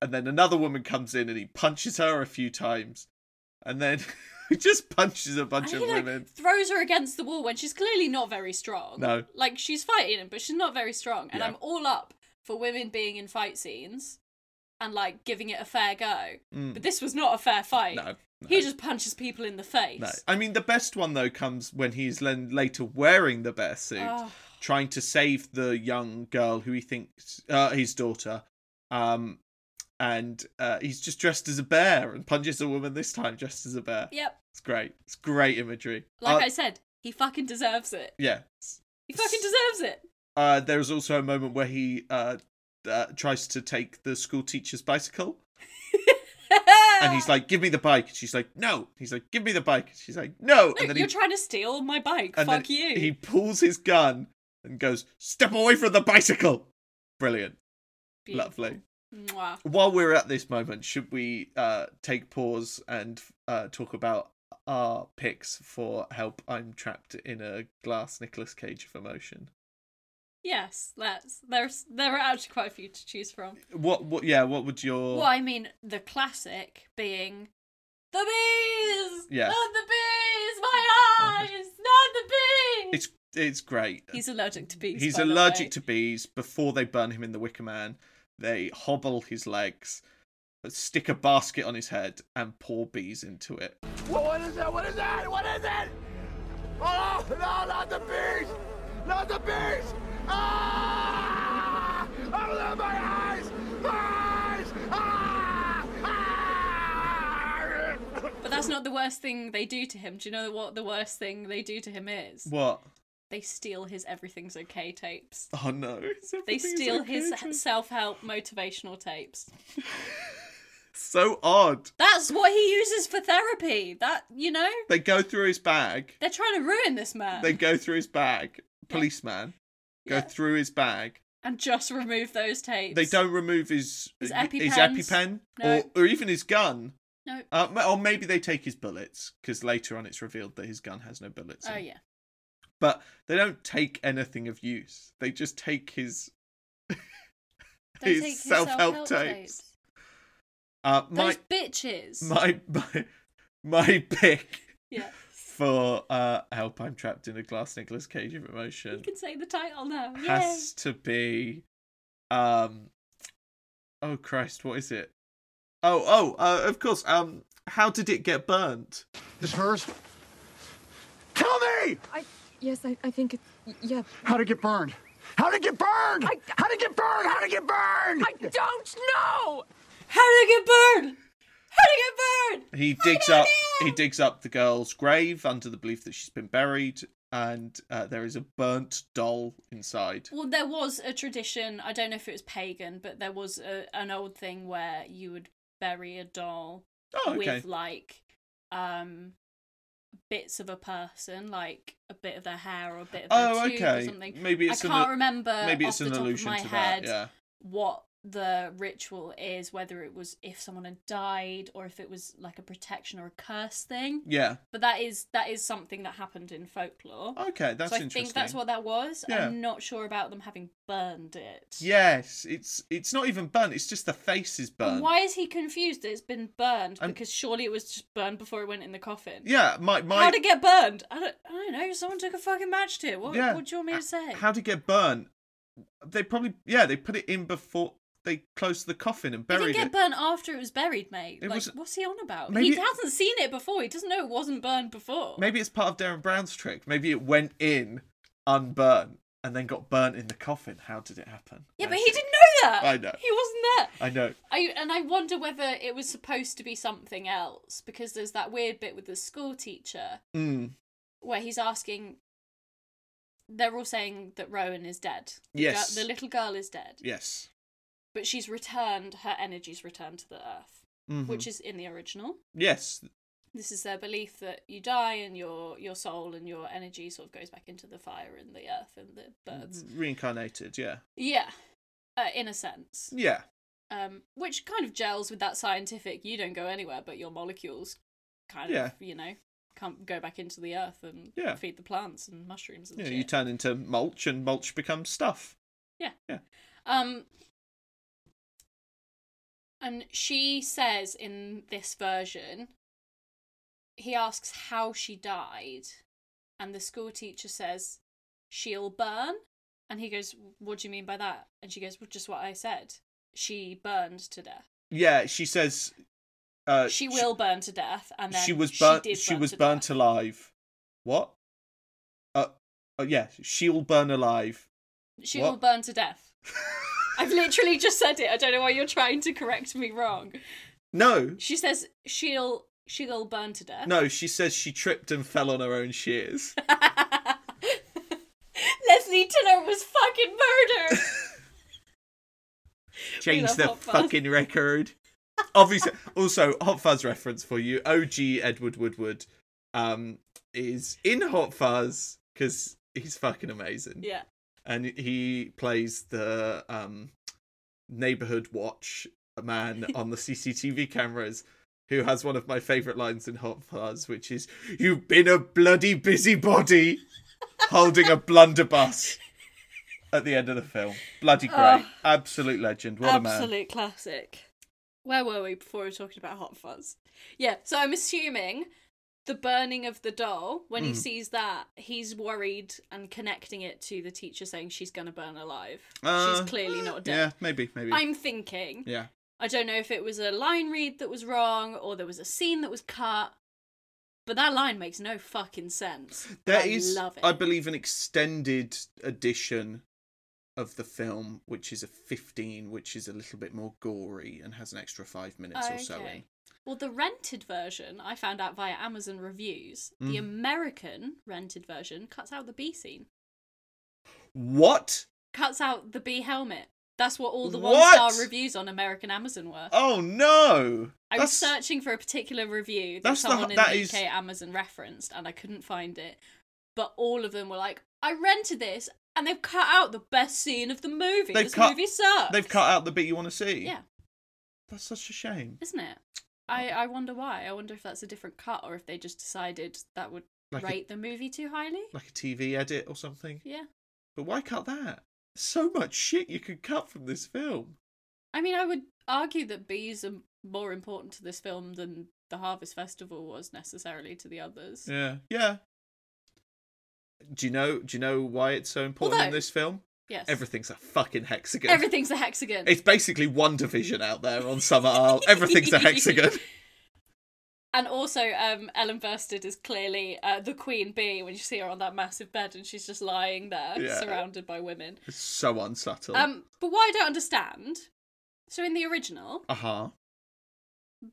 B: and then another woman comes in and he punches her a few times and then he just punches a bunch
A: And
B: of
A: he like
B: women
A: throws her against the wall when she's clearly not very strong.
B: No.
A: Like she's fighting him, but she's not very strong. And
B: Yeah.
A: I'm all up for women being in fight scenes and like giving it a fair go.
B: Mm.
A: But this was not a fair fight.
B: no no.
A: He just punches people in the face.
B: No. I mean, the best one though comes when he's len- later wearing the bear suit,
A: Oh.
B: trying to save the young girl who he thinks uh, his daughter, um, and uh, he's just dressed as a bear and punches a woman this time dressed as a bear.
A: Yep.
B: It's great. It's great imagery.
A: Like
B: uh,
A: I said, he fucking deserves it.
B: yeah.
A: He fucking deserves it.
B: Uh, there is also a moment where he uh, uh, tries to take the school teacher's bicycle. And he's like, "Give me the bike." And she's like, "No." He's like, "Give me the bike." And she's like, "No."
A: Look,
B: and then he
A: you're trying to steal my bike.
B: and
A: Fuck
B: then
A: you.
B: He pulls his gun and goes, "Step away from the bicycle." Brilliant,
A: Beautiful.
B: lovely.
A: Mwah.
B: While we're at this moment, should we uh, take pause and uh, talk about our picks for "Help"? I'm trapped in a glass Nicolas Cage of emotion.
A: Yes, let's. There's there are actually quite a few to choose from.
B: What? What? Yeah. What would your?
A: Well, I mean, the classic being the bees.
B: Yeah.
A: Not the bees. My eyes. Not the bees.
B: It's it's great.
A: He's allergic to bees.
B: He's
A: by the
B: allergic
A: way.
B: to bees. Before they burn him in the Wicker Man, they hobble his legs, stick a basket on his head, and pour bees into it.
C: What, what is that? What is that? What is it? Oh, no, not the bees! Not the bees! Ah! Oh, my eyes! My eyes! Ah! Ah!
A: But that's not the worst thing they do to him. Do you know what the worst thing they do to him is?
B: What?
A: They steal his "Everything's Okay" tapes.
B: Oh no.
A: They steal his
B: his.
A: self-help motivational tapes.
B: So odd.
A: That's what he uses for therapy. That you know,
B: They go through his bag.
A: they're trying to ruin this man
B: They go through his bag. Policeman. Go
A: Yeah.
B: through his bag.
A: and just remove those tapes.
B: They don't remove his
A: His
B: y- his
A: EpiPens.
B: EpiPen
A: No.
B: or, or even his gun.
A: No.
B: Uh, ma- or maybe they take his bullets because later on it's revealed that his gun has no bullets. in
A: Oh
B: it.
A: yeah.
B: But they don't take anything of use. They just take his
A: They
B: His
A: take his
B: self-help
A: self-help
B: tapes.
A: tapes.
B: Uh, my,
A: Those bitches.
B: my my my pick
A: yeah.
B: for uh, help. I'm trapped in a glass. Nicolas Cage of
A: You
B: emotion
A: can say the title now. Yay.
B: has to be, um, oh Christ, what is it? Oh oh, uh, of course. Um, how did it get burnt?
C: This hers? Tell me!
D: I yes, I, I think it. y- Yeah,
C: How'd it get burned? How'd it get burned? How'd it get burned? How'd it get burned?
D: I don't know.
A: How did it get burned? How did it get burned?
B: He digs up. He digs up the girl's grave under the belief that she's been buried, and uh, there is a burnt doll inside.
A: Well, there was a tradition. I don't know if it was pagan, but there was a, an old thing where you would bury a doll
B: Oh, okay.
A: with like um bits of a person, like a bit of their hair or a bit of their
B: Oh,
A: tooth or
B: okay.
A: something.
B: Maybe
A: I
B: it's an
A: can't remember
B: maybe
A: off
B: it's
A: the
B: an
A: top of
B: allusion
A: my
B: to
A: head
B: that. Yeah.
A: what the ritual is, whether it was if someone had died or if it was like a protection or a curse thing.
B: Yeah.
A: But that is that is something that happened in folklore.
B: Okay, Oh, that's
A: so I
B: interesting.
A: think that's what that was.
B: Yeah.
A: I'm not sure about them having burned it.
B: Yes, it's it's not even burnt. It's just the face is
A: And
B: burnt.
A: why is he confused that it's been burned?
B: Um,
A: because surely it was just burned before it went in the coffin.
B: Yeah, my my.
A: How'd it get burned? I don't, I don't know. Someone took a fucking match to it. What,
B: yeah.
A: what do you want me to say?
B: How to get burnt? They probably yeah they put it in before they closed the coffin and
A: It didn't
B: buried
A: get
B: it.
A: burnt after it was buried, mate.
B: It
A: like,
B: was-
A: what's he on about?
B: Maybe-
A: He hasn't seen it before. He doesn't know it wasn't burned before.
B: Maybe it's part of Darren Brown's trick. Maybe it went in unburnt and then got burnt in the coffin. How did it happen?
A: yeah, but
B: I
A: he
B: see.
A: didn't know that.
B: I know.
A: He wasn't there.
B: I know.
A: I and I wonder whether it was supposed to be something else because there's that weird bit with the school teacher
B: Mm.
A: where he's asking. They're all saying that Rowan is dead. The girl-
B: Yes.
A: the little girl is dead,
B: Yes.
A: but she's returned. Her energy's returned to the earth,
B: Mhm.
A: which is in the original.
B: yes.
A: This is their belief that you die and your your soul and your energy sort of goes back into the fire and the earth and the birds.
B: Reincarnated. Yeah.
A: Yeah, uh, in a sense.
B: Yeah.
A: um, which kind of gels with that scientific you don't go anywhere but your molecules kind
B: Yeah.
A: of you know can't go back into the earth and
B: Yeah.
A: feed the plants and mushrooms and
B: Yeah.
A: shit.
B: You turn into mulch and mulch becomes stuff.
A: um and she says in this version he asks how she died and the school teacher says she'll burn and he goes what do you mean by that and she goes well just what i said she burned to death
B: Yeah. She says. Uh,
A: she will burn to death, and then
B: she was burnt.
A: did
B: She,
A: burn
B: was
A: to
B: burnt
A: death.
B: alive. What? Uh, oh yeah, she'll burn alive.
A: She
B: What?
A: will burn to death. I've literally just said it. I don't know why you're trying to correct me wrong.
B: No,
A: She says she'll she'll burn to death.
B: no. She says she tripped and fell on her own shears.
A: Leslie Tinner was fucking murdered.
B: Change
A: love
B: the
A: Hot Fuzz.
B: fucking record. Obviously, also Hot Fuzz reference for you. OG Edward Woodward, um, is in Hot Fuzz because he's fucking amazing,
A: yeah,
B: and he plays the um neighborhood watch man on the CCTV cameras who has one of my favorite lines in Hot Fuzz, which is "You've been a bloody busybody holding a blunderbuss." At the end of the film, bloody great,
A: Oh.
B: absolute legend. What a man!
A: absolute classic. Where were we before we were talking about Hot Fuzz? Yeah, so I'm assuming the burning of the doll. When
B: Hmm.
A: he sees that, he's worried and connecting it to the teacher saying she's gonna burn alive.
B: Uh,
A: she's clearly not dead.
B: Yeah, maybe, maybe.
A: I'm thinking.
B: Yeah,
A: I don't know if it was a line read that was wrong or there was a scene that was cut, but that line makes no fucking sense. and
B: there
A: I
B: is,
A: love it.
B: I believe, an extended edition of the film, which is a 15, which is a little bit more gory and has an extra five minutes or so in.
A: Okay. Well, the rented version I found out via Amazon reviews.
B: Mm.
A: The American rented version cuts out the B scene,
B: What?
A: cuts out the B helmet. That's what all the
B: What?
A: one-star reviews on American Amazon were.
B: Oh no!
A: I was
B: That's-
A: searching for a particular review that
B: That's the-
A: someone in
B: that
A: the
B: is-
A: UK Amazon referenced, and I couldn't find it. But all of them were like, "I rented this, and they've cut out the best scene of the movie.
B: They've
A: this
B: cut-
A: movie sucks.
B: They've cut out the bit you want to see.
A: Yeah,
B: That's such a shame.
A: isn't it? I I wonder why. I wonder if that's a different cut, or if they just decided that would
B: Like a-
A: rate the movie too highly.
B: Like a TV edit or something.
A: Yeah.
B: But why cut that? So much shit you could cut from this film.
A: I mean, I would argue that B's a more important to this film than the Harvest Festival was necessarily to the others.
B: Yeah. Yeah. Do you know do you know why it's so important in
A: Although-
B: this film?
A: Yes.
B: Everything's a fucking hexagon.
A: Everything's a hexagon.
B: It's basically one division out there on Summer Isle. Everything's a hexagon.
A: And also, um, Ellen Burstyn is clearly uh, the queen bee when you see her on that massive bed and she's just lying there,
B: Yeah.
A: surrounded by women.
B: It's so unsubtle.
A: Um, but what I don't understand, so in the original,
B: uh huh.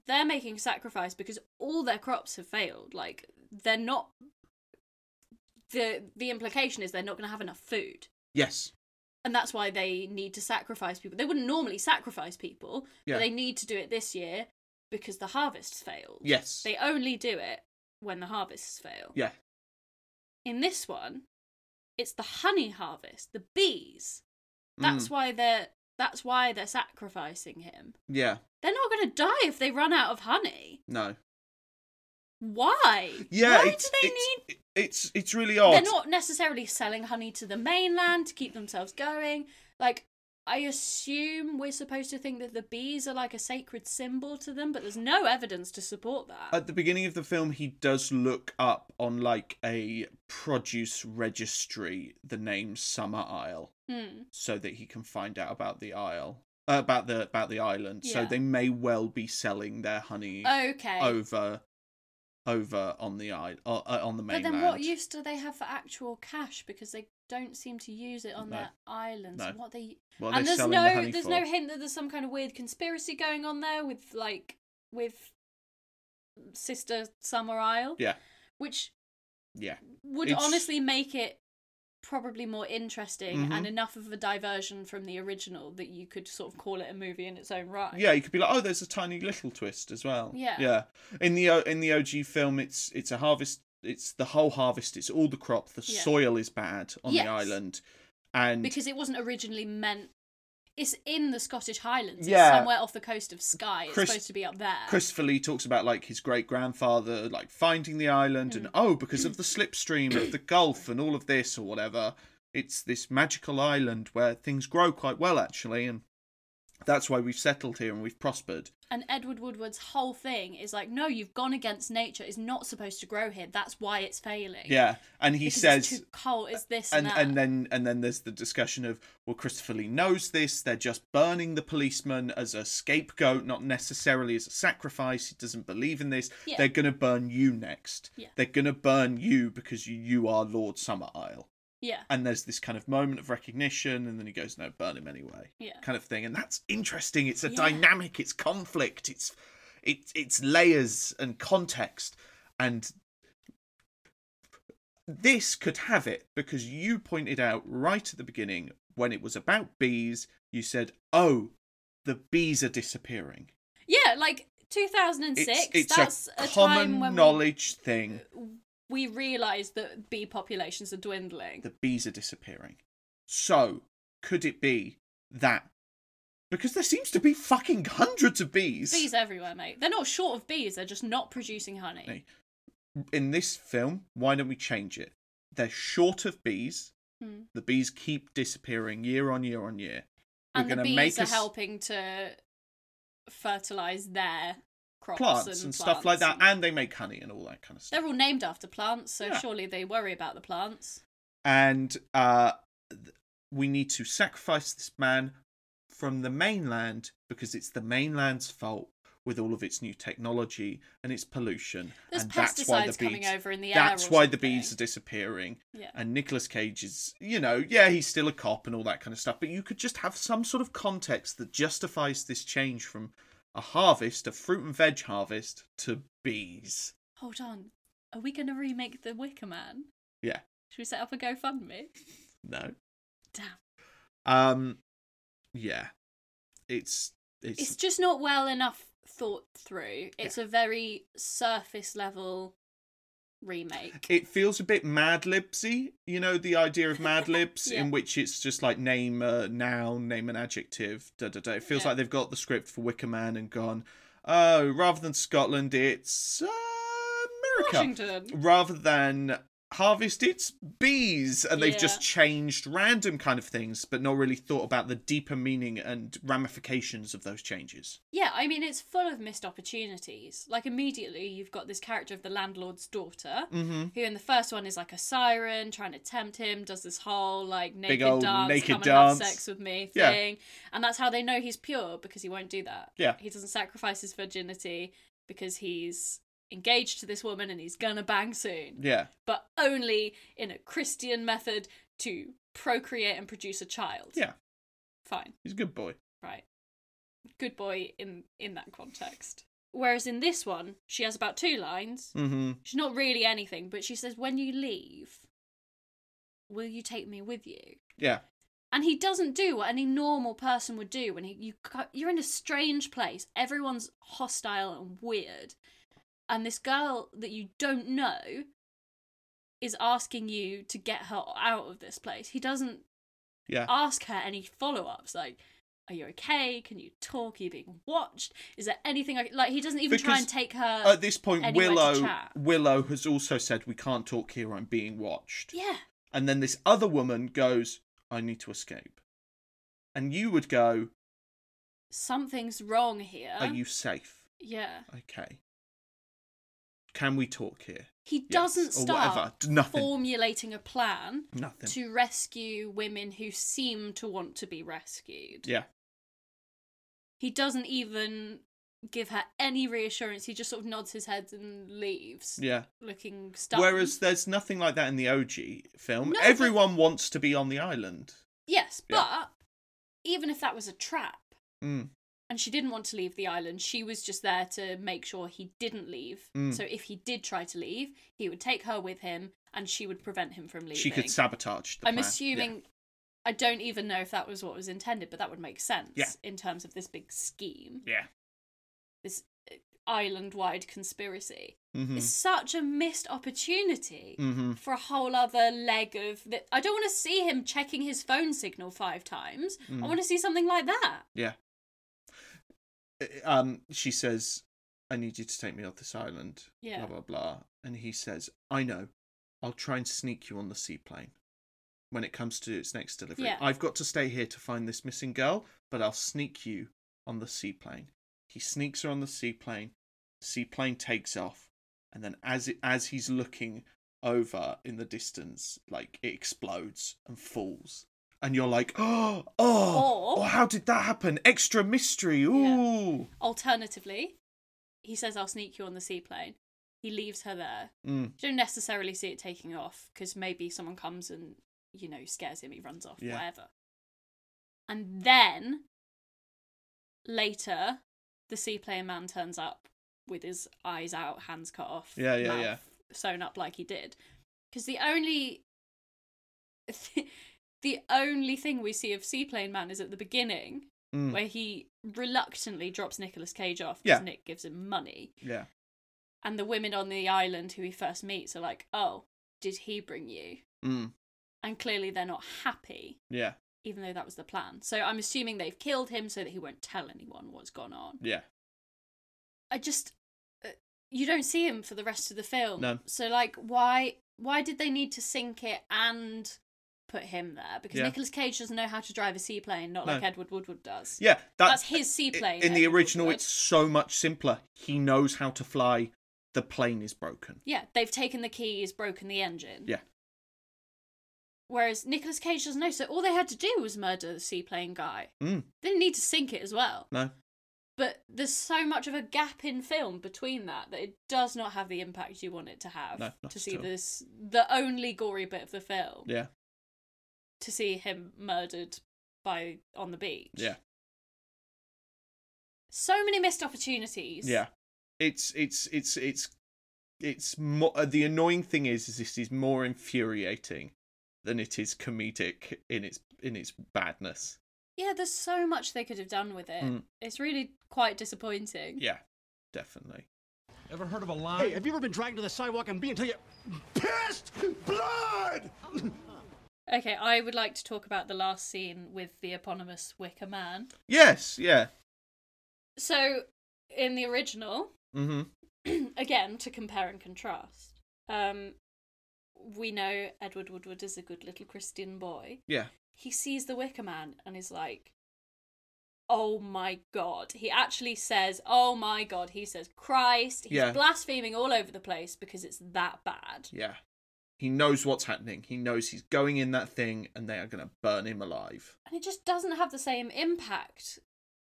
A: they're making sacrifice because all their crops have failed. Like they're not. the The implication is they're not going to have enough food,
B: Yes.
A: and that's why they need to sacrifice people. They wouldn't normally sacrifice people,
B: Yeah.
A: but they need to do it this year because the harvests failed.
B: Yes.
A: They only do it when the harvests fail.
B: Yeah.
A: In this one, it's the honey harvest, the bees. That's
B: Mm.
A: why they're that's why they're sacrificing him.
B: Yeah.
A: They're not going to die if they run out of honey.
B: No.
A: Why?
B: Yeah.
A: Why
B: it's,
A: do they
B: it's,
A: need?
B: it- It's it's really odd.
A: They're not necessarily selling honey to the mainland to keep themselves going. Like, I assume we're supposed to think that the bees are like a sacred symbol to them, but there's no evidence to support that.
B: At the beginning of the film, he does look up on like a produce registry the name Summer Isle,
A: Hmm.
B: so that he can find out about the isle, uh, about the about the island. So
A: Yeah. Oh,
B: they may well be selling their honey
A: Okay.
B: over over on the isle uh, uh, on the
A: but
B: mainland.
A: then, what use do they have for actual cash? Because they don't seem to use it on
B: No.
A: their islands.
B: No.
A: What they
B: What are
A: and
B: they
A: there's
B: selling
A: no
B: the honey
A: there's
B: for?
A: no hint that there's some kind of weird conspiracy going on there with like with sister summer isle
B: Yeah.
A: which
B: Yeah.
A: would
B: It's-
A: honestly make it probably more interesting
B: Mhm.
A: and enough of a diversion from the original that you could sort of call it a movie in its own right
B: Yeah, you could be like, oh, there's a tiny little twist as well.
A: Yeah.
B: yeah. In the O- in the OG film, it's it's a harvest. It's the whole harvest. It's all the crop. The
A: Yeah.
B: soil is bad on
A: Yes.
B: the island, and
A: because it wasn't originally meant it's in the scottish highlands
B: Yeah.
A: it's somewhere off the coast of skye it's
B: Chris-
A: supposed to be up there
B: Christopher Lee talks about like his great grandfather like finding the island,
A: Mm.
B: and oh, because of the slipstream of the Gulf and all of this or whatever, it's this magical island where things grow quite well actually, and that's why we've settled here and we've prospered.
A: And Edward Woodward's whole thing is like, no, you've gone against nature. It's not supposed to grow here. That's why it's failing.
B: Yeah, and he
A: Because
B: says.
A: it's too cold. It's this
B: and
A: and, that.
B: and then and then there's the discussion of well Christopher Lee knows this they're just burning the policeman as a scapegoat not necessarily as a sacrifice he doesn't believe in this
A: Yeah.
B: they're going to burn you next
A: Yeah.
B: they're going to burn you because you, you are Lord Summer Isle
A: yeah,
B: and there's this kind of moment of recognition and then he goes no burn him anyway
A: Yeah.
B: kind of thing and that's interesting it's a
A: Yeah.
B: dynamic it's conflict it's it, it's layers and context and this could have it because you pointed out right at the beginning when it was about bees you said oh the bees are disappearing
A: yeah. Like 2006.
B: it's, it's
A: that's
B: a,
A: a,
B: common
A: time when Uh,
B: knowledge thing
A: we, we realised that bee populations are dwindling.
B: the bees are disappearing. So, could it be that because there seems to be fucking hundreds of bees,
A: Bees everywhere, mate. They're not short of bees. They're just not producing honey.
B: Hey. in this film, why don't we change it? They're short of bees.
A: Hmm.
B: The bees keep disappearing year on year on year. We're
A: And the
B: gonna
A: bees
B: make
A: are
B: us-
A: helping to fertilise their crops
B: Plants and, stuff
A: plants
B: like that,
A: and-
B: and they make honey and all that kind of stuff.
A: They're all named after plants, so
B: Yeah.
A: surely they worry about the plants.
B: and uh, th- we need to sacrifice this man from the mainland because it's the mainland's fault with all of its new technology and its pollution,
A: There's
B: and that's why the
A: pesticides coming
B: bees.
A: over in the air.
B: that's
A: or
B: why the
A: something.
B: bees are disappearing.
A: Yeah.
B: And Nicolas Cage is, you know, yeah, he's still a cop and all that kind of stuff, but you could just have some sort of context that justifies this change from a harvest, a fruit and veg harvest, to bees.
A: Hold on. Are we going to remake The Wicker Man?
B: Yeah.
A: Should we set up a GoFundMe?
B: No.
A: Damn.
B: Um. Yeah. It's it's,
A: It's just not well enough thought through. It's a very surface level remake.
B: it feels a bit Mad Libsy, you know, the idea of Mad Libs
A: Yeah.
B: in which it's just like name a noun, name an adjective, da da da. It feels
A: Yeah.
B: like they've got the script for Wicker Man and gone, oh, rather than Scotland, it's uh, America.
A: Washington.
B: Rather than harvest its bees and they've just
A: Yeah.
B: changed random kind of things but not really thought about the deeper meaning and ramifications of those changes
A: Yeah, I mean, it's full of missed opportunities. Like, immediately, you've got this character of the landlord's daughter,
B: Mm. Mm-hmm.
A: who in the first one is like a siren trying to tempt him, does this whole like naked
B: old
A: dance,
B: naked
A: come and
B: dance.
A: have sex with me
B: Yeah.
A: thing. And that's how they know he's pure because he won't do that.
B: Yeah.
A: He doesn't sacrifice his virginity because he's engaged to this woman and he's gonna bang soon,
B: yeah
A: but only in a Christian method to procreate and produce a child.
B: yeah
A: Fine
B: he's a good boy
A: right good boy in in that context whereas in this one she has about two lines
B: mm-hmm
A: she's not really anything but she says when you leave will you take me with you
B: yeah
A: and he doesn't do what any normal person would do when he you ca- you're in a strange place everyone's hostile and weird and this girl that you don't know is asking you to get her out of this place he doesn't
B: yeah
A: ask her any follow-ups like are you okay can you talk are you being watched is there anything I can... like he doesn't even try
B: Because
A: and take her
B: at this point
A: anywhere to
B: willow
A: chat.
B: willow has also said we can't talk here i'm being watched
A: yeah
B: and then this other woman goes i need to escape and you would go
A: something's wrong here
B: are you safe
A: yeah
B: okay can we talk here
A: he
B: Yes,
A: doesn't
B: or
A: start
B: whatever. Nothing.
A: formulating a plan
B: nothing
A: to rescue women who seem to want to be rescued
B: yeah
A: he doesn't even give her any reassurance he just sort of nods his head and leaves
B: yeah
A: looking stunned
B: Whereas there's nothing like that in the OG film.
A: No,
B: Everyone wants to be on the island.
A: yes but
B: Yeah.
A: even if that was a trap
B: Mm,
A: and she didn't want to leave the island. She was just there to make sure he didn't leave.
B: Mm.
A: So if he did try to leave, he would take her with him, and she would prevent him from leaving.
B: she could sabotage. The
A: I'm
B: plan.
A: assuming. I don't even know if that was what was intended, but that would make sense
B: Yeah.
A: in terms of this big scheme,
B: Yeah.
A: this uh, island-wide conspiracy.
B: hmm
A: It's such a missed opportunity
B: hmm
A: for a whole other leg of that. I don't want to see him checking his phone signal five times.
B: Hmm.
A: I want to see something like that.
B: Yeah. Uh, Um, she says, "I need you to take me off this island."
A: Yeah.
B: Blah blah blah. And he says, "I know. I'll try and sneak you on the seaplane." When it comes to its next delivery,
A: Yeah.
B: I've got to stay here to find this missing girl, but I'll sneak you on the seaplane. He sneaks her on the seaplane. Seaplane takes off, and then as it as he's looking over in the distance, like it explodes and falls, and you're like, oh, oh,
A: Or-
B: oh how did that happen? Extra mystery. Ooh.
A: Alternatively, he says, I'll sneak you on the seaplane. He leaves her there.
B: Mm,
A: You don't necessarily see it taking off because maybe someone comes and, you know, scares him, he runs off,
B: Yeah.
A: whatever. And then later, the seaplane man turns up with his eyes out, hands cut off,
B: Yeah, yeah,
A: mouth
B: yeah.
A: sewn up like he did. Because the only. The only thing we see of Seaplane Man is at the beginning
B: mm.
A: where he reluctantly drops Nicolas Cage off
B: Yeah.
A: because Nick gives him money.
B: Yeah.
A: And the women on the island who he first meets are like, oh, did he bring you?
B: Mm,
A: And clearly they're not happy,
B: yeah.
A: even though that was the plan. So I'm assuming they've killed him so that he won't tell anyone what's gone on.
B: Yeah.
A: I just. uh, You don't see him for the rest of the film.
B: No.
A: So, like, why. Why did they need to sink it and put him there? Because
B: Yeah.
A: Nicolas Cage doesn't know how to drive a seaplane, not
B: No.
A: like Edward Woodward does.
B: Yeah.
A: That's
B: That's,
A: his seaplane.
B: In the
A: Edward
B: original,
A: Woodward.
B: it's so much simpler. He knows how to fly. The plane is broken.
A: Yeah, they've taken the keys, broken the engine.
B: Yeah.
A: Whereas Nicolas Cage doesn't know, so all they had to do was murder the seaplane guy.
B: Mm,
A: They didn't need to sink it as well.
B: no.
A: But there's so much of a gap in film between that that it does not have the impact you want it to have.
B: No, not
A: to
B: at
A: see
B: all.
A: this the only gory bit of the film.
B: Yeah.
A: To see him murdered by on the beach.
B: Yeah.
A: So many missed opportunities.
B: Yeah, it's it's it's it's it's more. The annoying thing is, is this is more infuriating than it is comedic in its in its badness.
A: Yeah, there's so much they could have done with it.
B: Mm.
A: It's really quite disappointing.
B: Yeah, definitely.
E: Ever heard of a line?
C: Hey, have you ever been dragged to the sidewalk and beaten until you pissed blood?
A: Okay, I would like to talk about the last scene with the eponymous Wicker Man.
B: Yes. Yeah.
A: So, in the original,
B: Mm-hmm.
A: again to compare and contrast, um, we know Edward Woodward is a good little Christian boy.
B: Yeah.
A: He sees the Wicker Man and is like, "Oh my god!" He actually says, "Oh my god!" He says Christ. He's
B: Yeah.
A: blaspheming all over the place because it's that bad.
B: Yeah. He knows what's happening. He knows he's going in that thing and they are going to burn him alive.
A: and it just doesn't have the same impact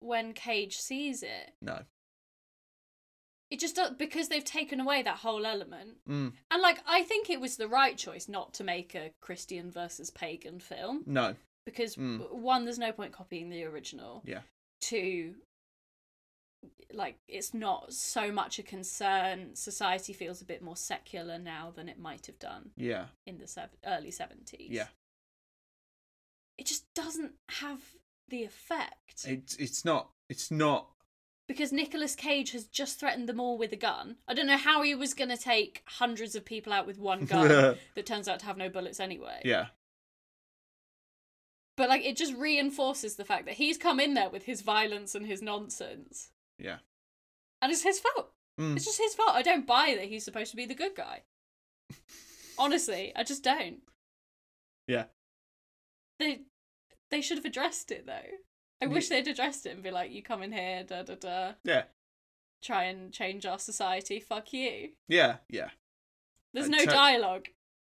A: when Cage sees it.
B: No.
A: It just does because they've taken away that whole element.
B: Mm,
A: And like I think it was the right choice not to make a Christian versus pagan film
B: no.
A: because
B: Mm.
A: w- one there's no point copying the original.
B: Yeah.
A: Two like it's not so much a concern. Society feels a bit more secular now than it might have done
B: Yeah.
A: in the sev- early 70s.
B: Yeah.
A: It just doesn't have the effect.
B: It's it's not it's not
A: because Nicolas Cage has just threatened them all with a gun. I don't know how he was going to take hundreds of people out with one gun that turns out to have no bullets anyway.
B: yeah.
A: But like it just reinforces the fact that he's come in there with his violence and his nonsense.
B: Yeah.
A: And it's his fault.
B: Mm.
A: It's just his fault. I don't buy that he's supposed to be the good guy. Honestly, I just don't.
B: Yeah.
A: They they should have addressed it though. I wish they'd addressed it and be like, you come in here, da da da.
B: Yeah.
A: try and change our society. Fuck you.
B: Yeah. Yeah.
A: There's
B: I
A: no
B: tot-
A: dialogue.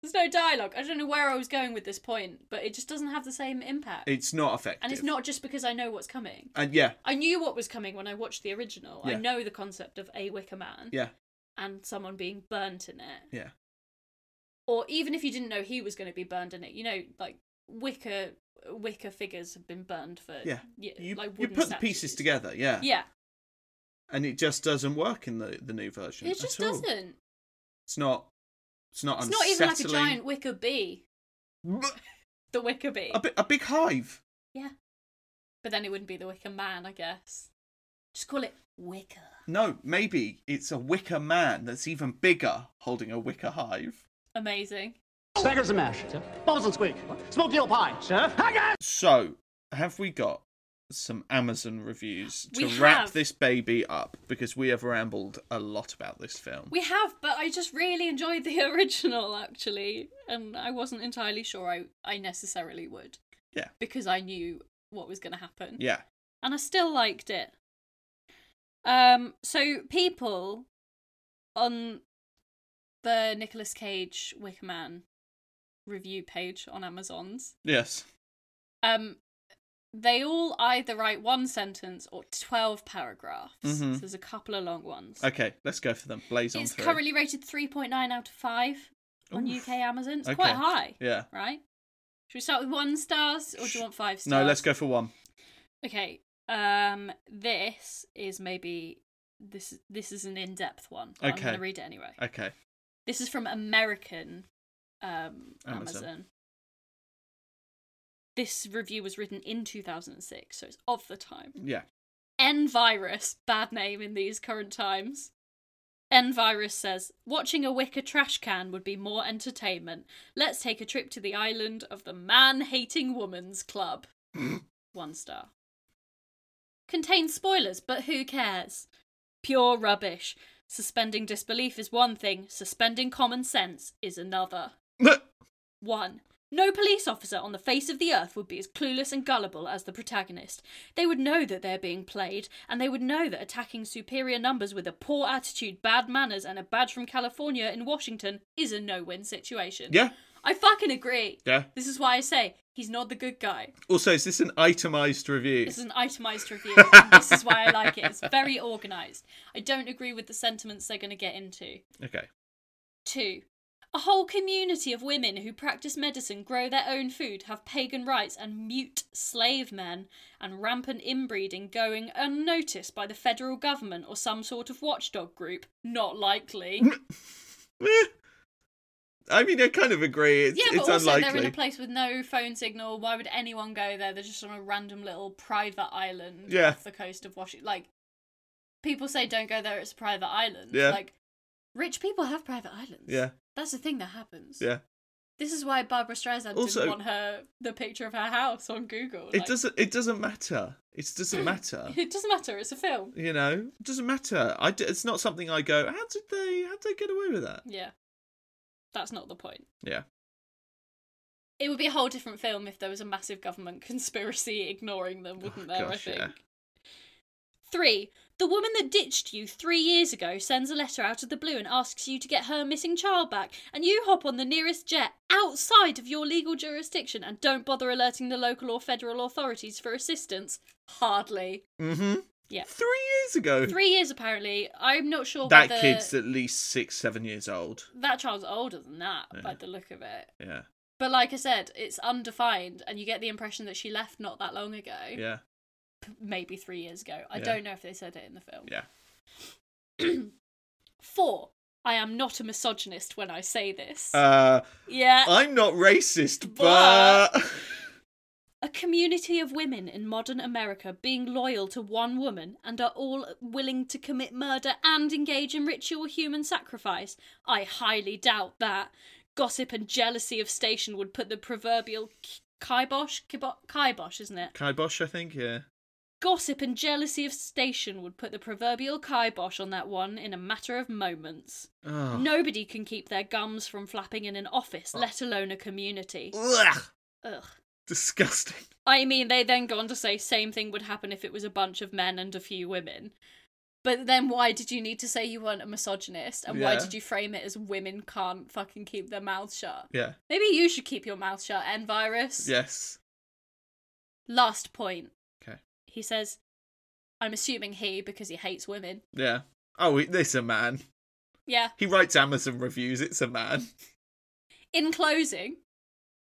A: There's no dialogue. I don't know where I was going with this point, but it just doesn't have the same impact.
B: It's not effective.
A: and it's not just because I know what's coming.
B: And yeah.
A: I knew what was coming when I watched the original. I
B: Yeah.
A: know the concept of a wicker man
B: Yeah.
A: and someone being burnt in it.
B: Yeah.
A: Or even if you didn't know he was going to be burned in it, you know, like wicker wicker figures have been burned for
B: Yeah.
A: ye-
B: You,
A: like
B: you
A: wooden
B: put the pieces
A: statues.
B: together, yeah.
A: Yeah,
B: And it just doesn't work in the the new version.
A: it just
B: at all.
A: doesn't.
B: It's not it's not
A: It's not even
B: unsettling.
A: like a giant wicker bee. The Wicker Bee.
B: a, bi- a big hive.
A: But then it wouldn't be the Wicker Man, I guess. Just call it Wicker.
B: No, maybe it's a wicker man that's even bigger holding a wicker hive.
A: Amazing.
E: Crackers and mash, sir. Bubbles and squeak. Smoked eel pie, sir.
B: So, have we got some Amazon reviews to
A: We
B: wrap
A: have.
B: this baby up? Because we have rambled a lot about this film.
A: We have, but I just really enjoyed the original, actually. And I wasn't entirely sure I, I necessarily would.
B: Yeah.
A: Because I knew what was going to happen.
B: yeah.
A: And I still liked it. Um, so people on the Nicolas Cage Wicker Man review page on Amazon's
B: Yes.
A: um they all either write one sentence or 12 paragraphs so
B: Mhm.
A: there's a couple of long ones
B: Okay, let's go for them. Blaze on
A: it's
B: through.
A: currently rated 3.9 out of 5 on
B: Oof.
A: uk amazon it's
B: Okay.
A: quite high
B: Yeah.
A: right should we start with one stars or do you want five stars
B: No, let's go for one.
A: okay um this is maybe this this is an in-depth one but i'm
B: Okay.
A: gonna read it anyway
B: Okay.
A: this is from American um, Amazon.
B: Amazon.
A: This review was written in 2006, so it's of the time.
B: Yeah.
A: N virus, bad name in these current times. N virus says, watching a wicker trash can would be more entertainment. Let's take a trip to the island of the man hating woman's club. One star. Contains spoilers, but who cares? Pure rubbish. Suspending disbelief is one thing, suspending common sense is another. 1. No police officer on the face of the earth would be as clueless and gullible as the protagonist. They would know that they're being played, and they would know that attacking superior numbers with a poor attitude, bad manners, and a badge from California in Washington is a no win situation.
B: yeah.
A: I fucking agree.
B: Yeah.
A: This is why I say he's not the good guy.
B: Also, is this an itemized review?
A: This is an itemized review. and this is why I like it. It's very organized. I don't agree with the sentiments they're going to get into.
B: Okay.
A: 2. A whole community of women who practice medicine, grow their own food, have pagan rights, and mute slave men, and rampant inbreeding going unnoticed by the federal government or some sort of watchdog group. Not likely.
B: Eh. I mean, I kind of agree. It's,
A: yeah, but
B: it's
A: also
B: unlikely.
A: they're in a place with no phone signal. Why would anyone go there? They're just on a random little private island
B: Yeah.
A: off the coast of Washington. Like, people say don't go there, it's a private island.
B: Yeah.
A: Like, rich people have private islands.
B: Yeah.
A: That's the thing that happens.
B: Yeah.
A: This is why Barbara Streisand
B: Also-
A: didn't want her the picture of her house on Google.
B: It
A: like-
B: doesn't. It doesn't matter. It doesn't matter.
A: It doesn't matter. It's a film.
B: you know, it doesn't matter. I. d- It's not something I go. How did they? How did they get away with that?
A: Yeah. That's not the point.
B: Yeah.
A: It would be a whole different film if there was a massive government conspiracy ignoring them, wouldn't there?
B: Oh, gosh,
A: I think.
B: yeah.
A: Three. The woman that ditched you three years ago sends a letter out of the blue and asks you to get her missing child back, and you hop on the nearest jet outside of your legal jurisdiction and don't bother alerting the local or federal authorities for assistance. Hardly.
B: Mm-hmm.
A: Yeah.
B: Three years ago.
A: Three years apparently. I'm not sure
B: that
A: whether
B: kid's at least six, seven years old.
A: that child's older than that by the look of it.
B: Yeah.
A: But like I said, it's undefined, and you get the impression that she left not that long ago,
B: Yeah.
A: p- maybe three years ago. I
B: Yeah.
A: don't know if they said it in the film.
B: Yeah.
A: Four. I am not a misogynist when I say this.
B: Uh,
A: yeah.
B: I'm not racist,
A: But-
B: but,
A: a community of women in modern America being loyal to one woman and are all willing to commit murder and engage in ritual human sacrifice. I highly doubt that. Gossip and jealousy of station would put the proverbial ki- kibosh, kibo- kibosh, isn't it?
B: kibosh, I think. Yeah.
A: Gossip and jealousy of station would put the proverbial kibosh on that one in a matter of moments.
B: Oh.
A: Nobody can keep their gums from flapping in an office, let alone a community.
B: Ugh,
A: Ugh.
B: disgusting.
A: I mean, they then go on to say same thing would happen if it was a bunch of men and a few women. But then why did you need to say you weren't a misogynist? And why
B: Yeah.
A: did you frame it as women can't fucking keep their mouths shut?
B: Yeah.
A: Maybe you should keep your mouth shut, N virus.
B: Yes.
A: Last point.
B: Okay.
A: He says, I'm assuming he because he hates women.
B: Yeah. Oh, it- this a man.
A: Yeah.
B: He writes Amazon reviews. It's a man.
A: In closing,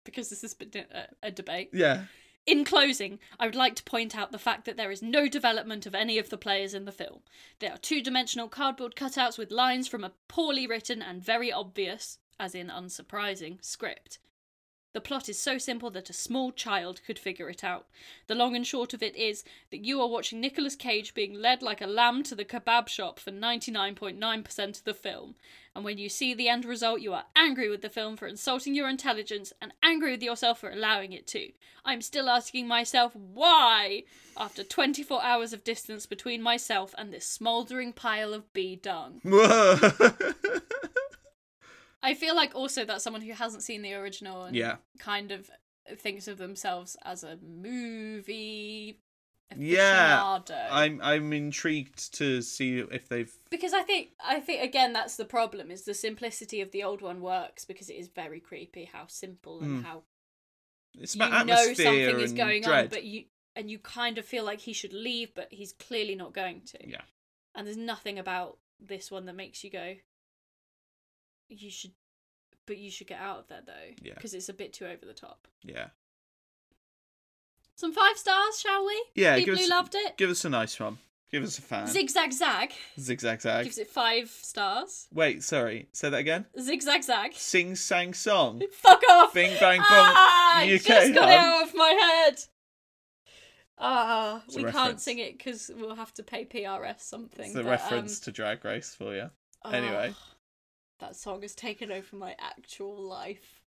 A: because this has been a, a debate.
B: Yeah.
A: In closing, I would like to point out the fact that there is no development of any of the players in the film. They are two dimensional cardboard cutouts with lines from a poorly written and very obvious, as in unsurprising, script. The plot is so simple that a small child could figure it out. The long and short of it is that you are watching Nicolas Cage being led like a lamb to the kebab shop for 99.9% of the film. And when you see the end result, you are angry with the film for insulting your intelligence and angry with yourself for allowing it to. I'm still asking myself why after 24 hours of distance between myself and this smouldering pile of bee dung. I feel like also that someone who hasn't seen the original and
B: yeah.
A: kind of thinks of themselves as a movie
B: Yeah,
A: aficionado.
B: I'm I'm intrigued to see if they've.
A: because I think I think again that's the problem is the simplicity of the old one works because it is very creepy how simple and how
B: Hmm. It's
A: you
B: about
A: know
B: atmosphere
A: something is
B: and
A: going
B: dread.
A: on but you and you kind of feel like he should leave but he's clearly not going to.
B: Yeah.
A: And there's nothing about this one that makes you go you should but you should get out of there though
B: Yeah.
A: because it's a bit too over the top.
B: Yeah.
A: Some five stars, shall we?
B: Yeah.
A: People
B: give
A: who
B: us,
A: loved it.
B: Give us a nice one. Give us a fan.
A: Zig Zag Zag
B: Zigzag zag.
A: gives it five stars.
B: Wait, sorry. Say that again.
A: Zig Zag Zag.
B: Sing sang song.
A: Fuck off!
B: Bing bang bong.
A: ah, I
B: UK
A: just got it
B: hon.
A: out of my head. Ah,
B: It's a
A: we can't
B: reference.
A: sing it because we'll have to pay PRS something.
B: It's a
A: but,
B: reference to Drag Race for you.
A: um,
B: Anyway.
A: ah, that song has taken over my actual life.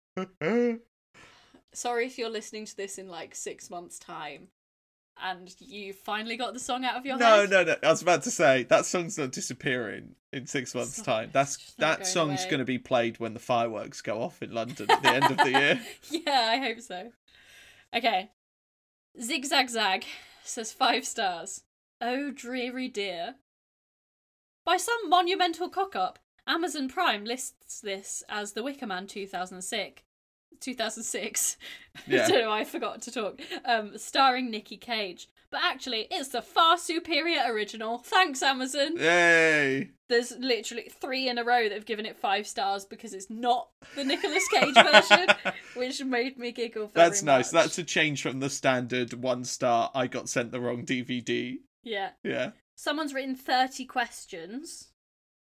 A: Sorry if you're listening to this in like six months' time, and you finally got the song out of your
B: No,
A: head.
B: no, no. I was about to say that song's not disappearing in six months'
A: not-
B: time. That's
A: it's not
B: that
A: going
B: song's
A: away.
B: going to be played when the fireworks go off in London at the end of the year.
A: Yeah, I hope so. Okay. Zigzag Zag says five stars. Oh, dreary dear. By some monumental cock up, Amazon Prime lists this as The Wicker Man 2006. 2006.
B: Yeah.
A: I don't know, why I forgot to talk. Um, starring Nicky Cage. But actually, it's the far superior original. Thanks, Amazon.
B: Yay!
A: There's literally three in a row that have given it five stars because it's not the Nicolas Cage version, which made me giggle. Very
B: That's nice.
A: much.
B: That's a change from the standard one star. I got sent the wrong DVD.
A: yeah.
B: Yeah.
A: Someone's written thirty questions.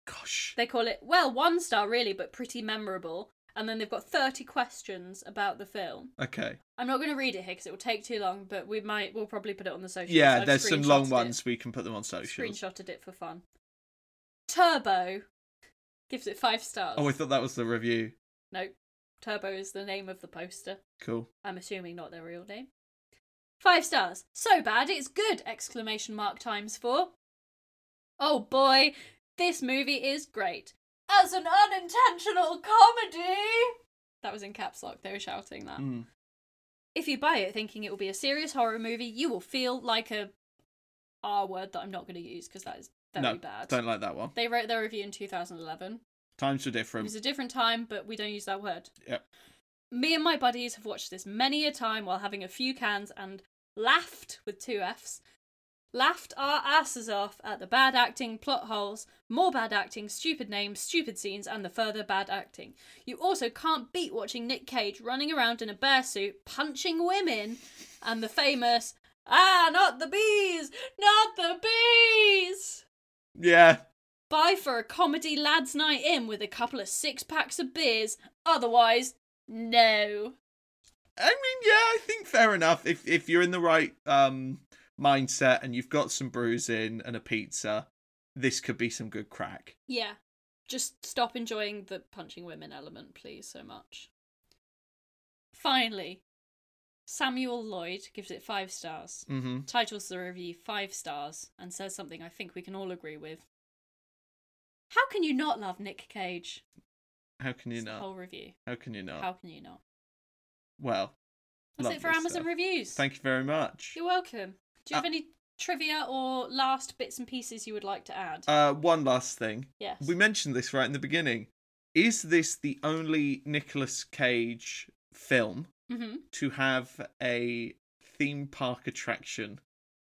B: Gosh.
A: They call it well one star really, but pretty memorable. And then they've got thirty questions about the film.
B: Okay.
A: I'm not going to read it here because it will take too long, but we might we'll probably put it on the social.
B: Yeah, there's some long ones we can put them on social.
A: Screenshotted it for fun. Turbo gives it five stars.
B: Oh, I thought that was the review.
A: no, Turbo is the name of the poster.
B: Cool.
A: I'm assuming not their real name. Five stars. So bad it's good! Exclamation mark times four. Oh boy, this movie is great. as an unintentional comedy. That was in caps lock. They were shouting that.
B: Mm.
A: If you buy it thinking it will be a serious horror movie, you will feel like a R word that I'm not going to use because that is very
B: no,
A: bad.
B: don't like that one.
A: They wrote their review in 2011.
B: Times were
A: It
B: different.
A: was a different time, but we don't use that word.
B: Yep.
A: Me and my buddies have watched this many a time while having a few cans and laughed with two F's. Laughed our asses off at the bad acting, plot holes, more bad acting, stupid names, stupid scenes, and the further bad acting. You also can't beat watching Nick Cage running around in a bear suit, punching women, and the famous, ah, not the bees, not the bees!
B: Yeah.
A: Buy for a comedy lads' night in with a couple of six packs of beers. Otherwise, no.
B: I mean, yeah, I think fair enough. If if you're in the right um mindset and you've got some brews in and a pizza, this could be some good crack.
A: Yeah. Just stop enjoying the punching women element, please, so much. Finally, Samuel Lloyd gives it five stars,
B: Mm-hmm.
A: titles the review Five Stars, and says something I think we can all agree with. How can you not love Nick Cage?
B: How can you
A: It's the
B: not?
A: whole review.
B: How can you not?
A: How can you not?
B: Well,
A: That's
B: lovely
A: it for Amazon
B: stuff.
A: reviews.
B: Thank you very much.
A: You're welcome. Do you have
B: Uh,
A: any trivia or last bits and pieces you would like to add?
B: Uh, one last thing.
A: yes.
B: We mentioned this right in the beginning. Is this the only Nicolas Cage film
A: hmm
B: to have a theme park attraction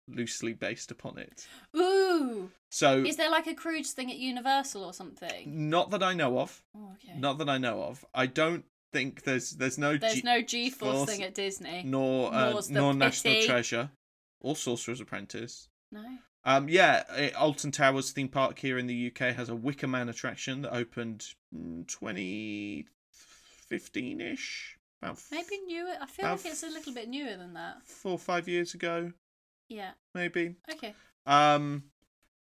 B: loosely based upon it?
A: Ooh,
B: So,
A: is there like a Croods thing at Universal or something?
B: not that I know of.
A: Oh, okay.
B: Not that I know of. I don't think there's there's no
A: There's
B: G-
A: no G-force
B: Force-
A: thing at Disney.
B: nor uh,
A: More's the
B: nor National
A: pity.
B: Treasure or Sorcerer's Apprentice.
A: No.
B: Um, yeah, eh, Alton Towers theme park here in the UK has a Wicker Man attraction that opened mm, twenty fifteen ish, about f-
A: Maybe newer. I feel
B: Uh,
A: like it's a little bit newer than that.
B: four or five years ago,
A: Yeah.
B: maybe.
A: Okay.
B: Um,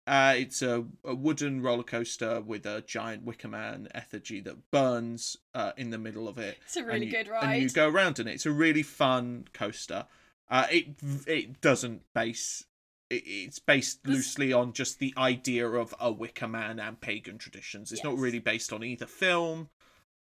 B: uh, it's a, a wooden roller coaster with a giant Wicker Man effigy that burns uh, in the middle of it.
A: It's a
B: and
A: really
B: you-
A: good
B: And you
A: ride.
B: go around in it. It's a really fun coaster. Uh, it it doesn't base. it- It's based
A: This-
B: loosely on just the idea of a Wicker Man and pagan traditions. It's not
A: Yes.
B: really based on either film.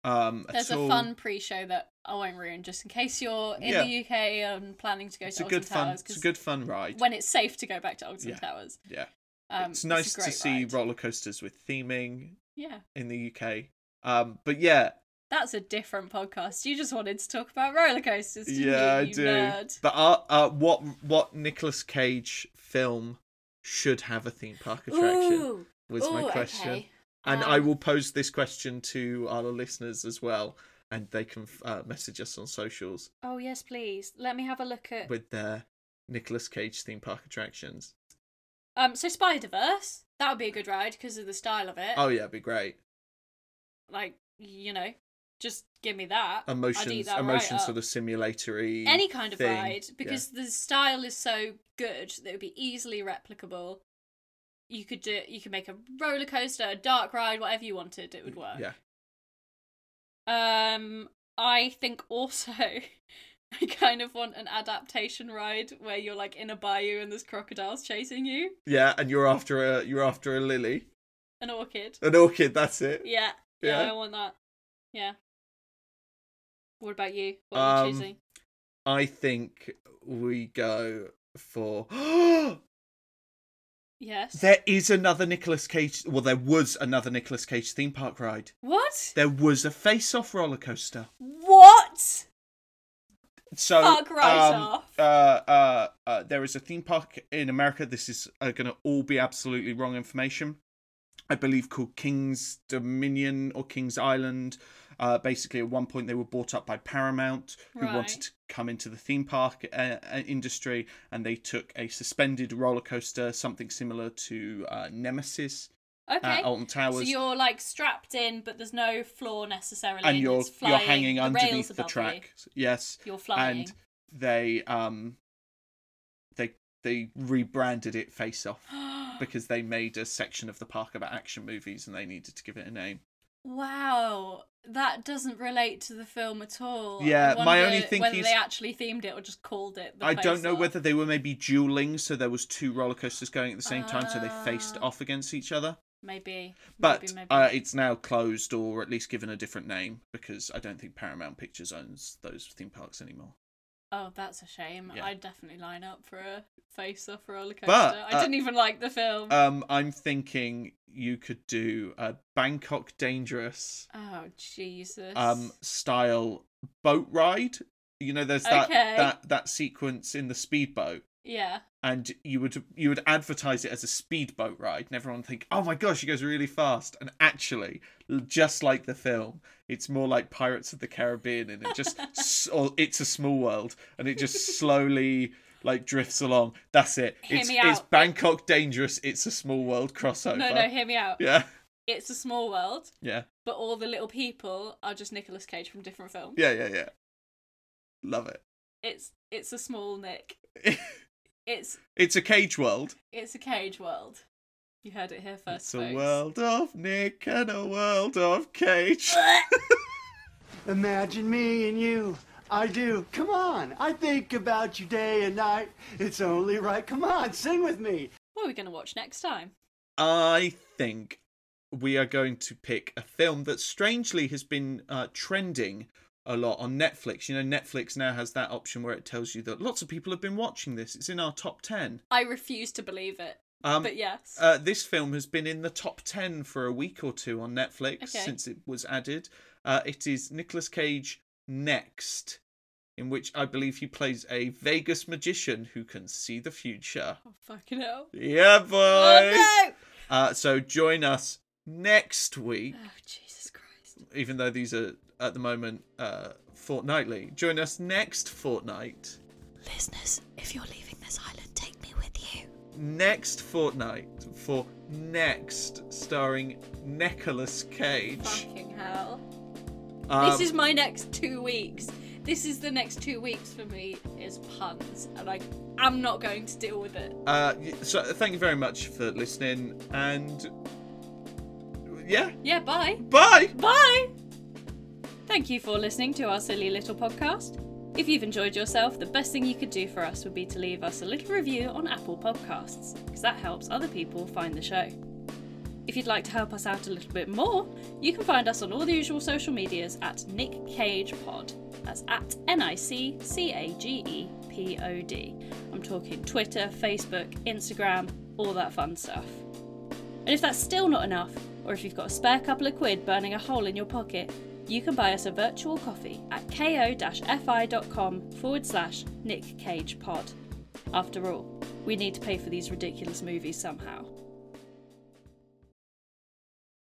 B: Um,
A: There's
B: at
A: a
B: all.
A: fun pre-show that I won't ruin, just in case you're in
B: Yeah.
A: the UK and planning to go
B: It's
A: to
B: a
A: Alton
B: good fun.
A: Towers.
B: It's a
A: 'cause
B: good fun ride.
A: when it's safe to go back to Alton
B: Yeah.
A: Towers.
B: Yeah,
A: Um,
B: it's
A: a
B: nice to
A: great
B: see
A: ride.
B: roller coasters with theming
A: Yeah.
B: in the UK. Um, but yeah,
A: That's a different podcast. You just wanted to talk about roller coasters, didn't you,
B: yeah, I
A: you
B: do.
A: nerd?
B: But uh, uh, what what Nicolas Cage film should have a theme park attraction
A: Ooh,
B: was my
A: ooh,
B: question,
A: okay.
B: and I
A: Um,
B: will pose this question to our listeners as well, and they can uh, message us on socials
A: Oh yes, please. Let me have a look at
B: with their Nicolas Cage theme park attractions.
A: um. So Spider Verse that would be a good ride because of the style of it.
B: Oh yeah, it'd be great.
A: Like you know, just give me that. I'd eat
B: Emotions,
A: that right
B: emotions,
A: up.
B: sort of simulatory.
A: any kind of
B: thing.
A: ride because the style is so good that it would be easily replicable. You could do. You could make a roller coaster, a dark ride, whatever you wanted. It would work.
B: yeah,
A: Um, I think also I kind of want an adaptation ride where you're like in a bayou and there's crocodiles chasing you,
B: yeah, and you're after a you're after a lily,
A: an orchid.
B: an orchid. That's it.
A: Yeah, yeah,
B: Yeah.
A: I want that. Yeah. What about you? What are you
B: Um,
A: choosing?
B: I think we go for. there
A: Yes.
B: is another Nicolas Cage. Well, there was another Nicolas Cage theme park ride.
A: What?
B: There was a Face Off roller coaster.
A: What?
B: So
A: Fuck right
B: um,
A: off.
B: Uh, uh, uh, there is a theme park in America. This is uh, going to all be absolutely wrong information. I believe called King's Dominion or King's Island. Uh, basically, at one point they were bought up by Paramount, who
A: Right.
B: wanted to come into the theme park uh, uh, industry, and they took a suspended roller coaster, something similar to uh, Nemesis
A: Okay.
B: at Alton Towers
A: so you're like strapped in, but there's no floor necessarily.
B: and you're
A: it's flying,
B: you're hanging
A: the rails
B: underneath the
A: above you.
B: track. Yes,
A: You're flying.
B: And they um, they they rebranded it Face Off because they made a section of the park about action movies and they needed to give it a name.
A: Wow, that doesn't relate to the film at all. I
B: Yeah, my
A: wonder
B: only thing
A: whether
B: is-
A: they actually themed it or just called it. The
B: I don't
A: Face
B: know
A: Off.
B: whether they were maybe dueling, so there was two roller coasters going at the same time, so they faced
A: Ah.
B: off against each other.
A: Maybe.
B: But
A: maybe, maybe.
B: Uh, it's now closed or at least given a different name because I don't think Paramount Pictures owns those theme parks anymore.
A: oh, that's a shame.
B: Yeah.
A: I'd definitely line up for a face off roller coaster.
B: But, uh,
A: I didn't even like the film.
B: Um, I'm thinking you could do a Bangkok Dangerous
A: oh Jesus.
B: um style boat ride. You know, there's that
A: Okay.
B: that that sequence in the speedboat.
A: yeah.
B: and you would you would advertise it as a speedboat ride, and everyone would think, "Oh my gosh, it goes really fast!" And actually, l- just like the film, it's more like Pirates of the Caribbean, and it just s- or it's a small world, and it just slowly like drifts along. That's it.
A: Hear
B: it's
A: me
B: it's
A: out.
B: Bangkok Dangerous. It's a small world crossover.
A: No, no. Hear me out.
B: yeah,
A: It's a small world,
B: yeah,
A: but all the little people are just Nicolas Cage from different films.
B: yeah, yeah, yeah. Love it.
A: It's it's a small Nick. It's
B: it's a cage world.
A: it's a Cage world. You heard it here first.
B: It's
A: folks.
B: a world of Nick and a world of Cage.
F: Imagine me and you. I do. Come on. I think about you day and night. It's only right. Come on, sing with me.
A: What are we gonna watch next time?
B: I think we are going to pick a film that strangely has been uh, trending a lot on Netflix. You know, Netflix now has that option where it tells you that lots of people have been watching this. It's in our top 10.
A: I refuse to believe it.
B: Um,
A: But yes.
B: Uh, this film has been in the top 10 for a week or two on Netflix
A: Okay.
B: since it was added. Uh, it is Nicolas Cage Next, in which I believe he plays a Vegas magician who can see the future.
A: oh, fucking hell.
B: Yeah, boy!
A: Oh no!
B: Uh, so join us next week,
A: Oh Jesus Christ.
B: even though these are at the moment uh, fortnightly. Join us next fortnight.
G: Listeners, if you're leaving this island, take me with you.
B: Next fortnight for Next, starring Nicolas Cage.
A: Fucking hell.
B: Um,
A: this is my next two weeks. This is the next two weeks for me is puns, and I am not going to deal with it.
B: uh, y- so thank you very much for listening, and yeah,
A: Yeah, bye.
B: bye.
A: Bye. Thank you for listening to our silly little podcast. If you've enjoyed yourself, the best thing you could do for us would be to leave us a little review on Apple Podcasts, because that helps other people find the show. If you'd like to help us out a little bit more, you can find us on all the usual social medias at Nick Cage Pod. That's at N I C C A G E P O D. I'm talking Twitter, Facebook, Instagram, all that fun stuff. And if that's still not enough, or if you've got a spare couple of quid burning a hole in your pocket, you can buy us a virtual coffee at ko-fi.com forward slash Nick Cage Pod. After all, we need to pay for these ridiculous movies somehow.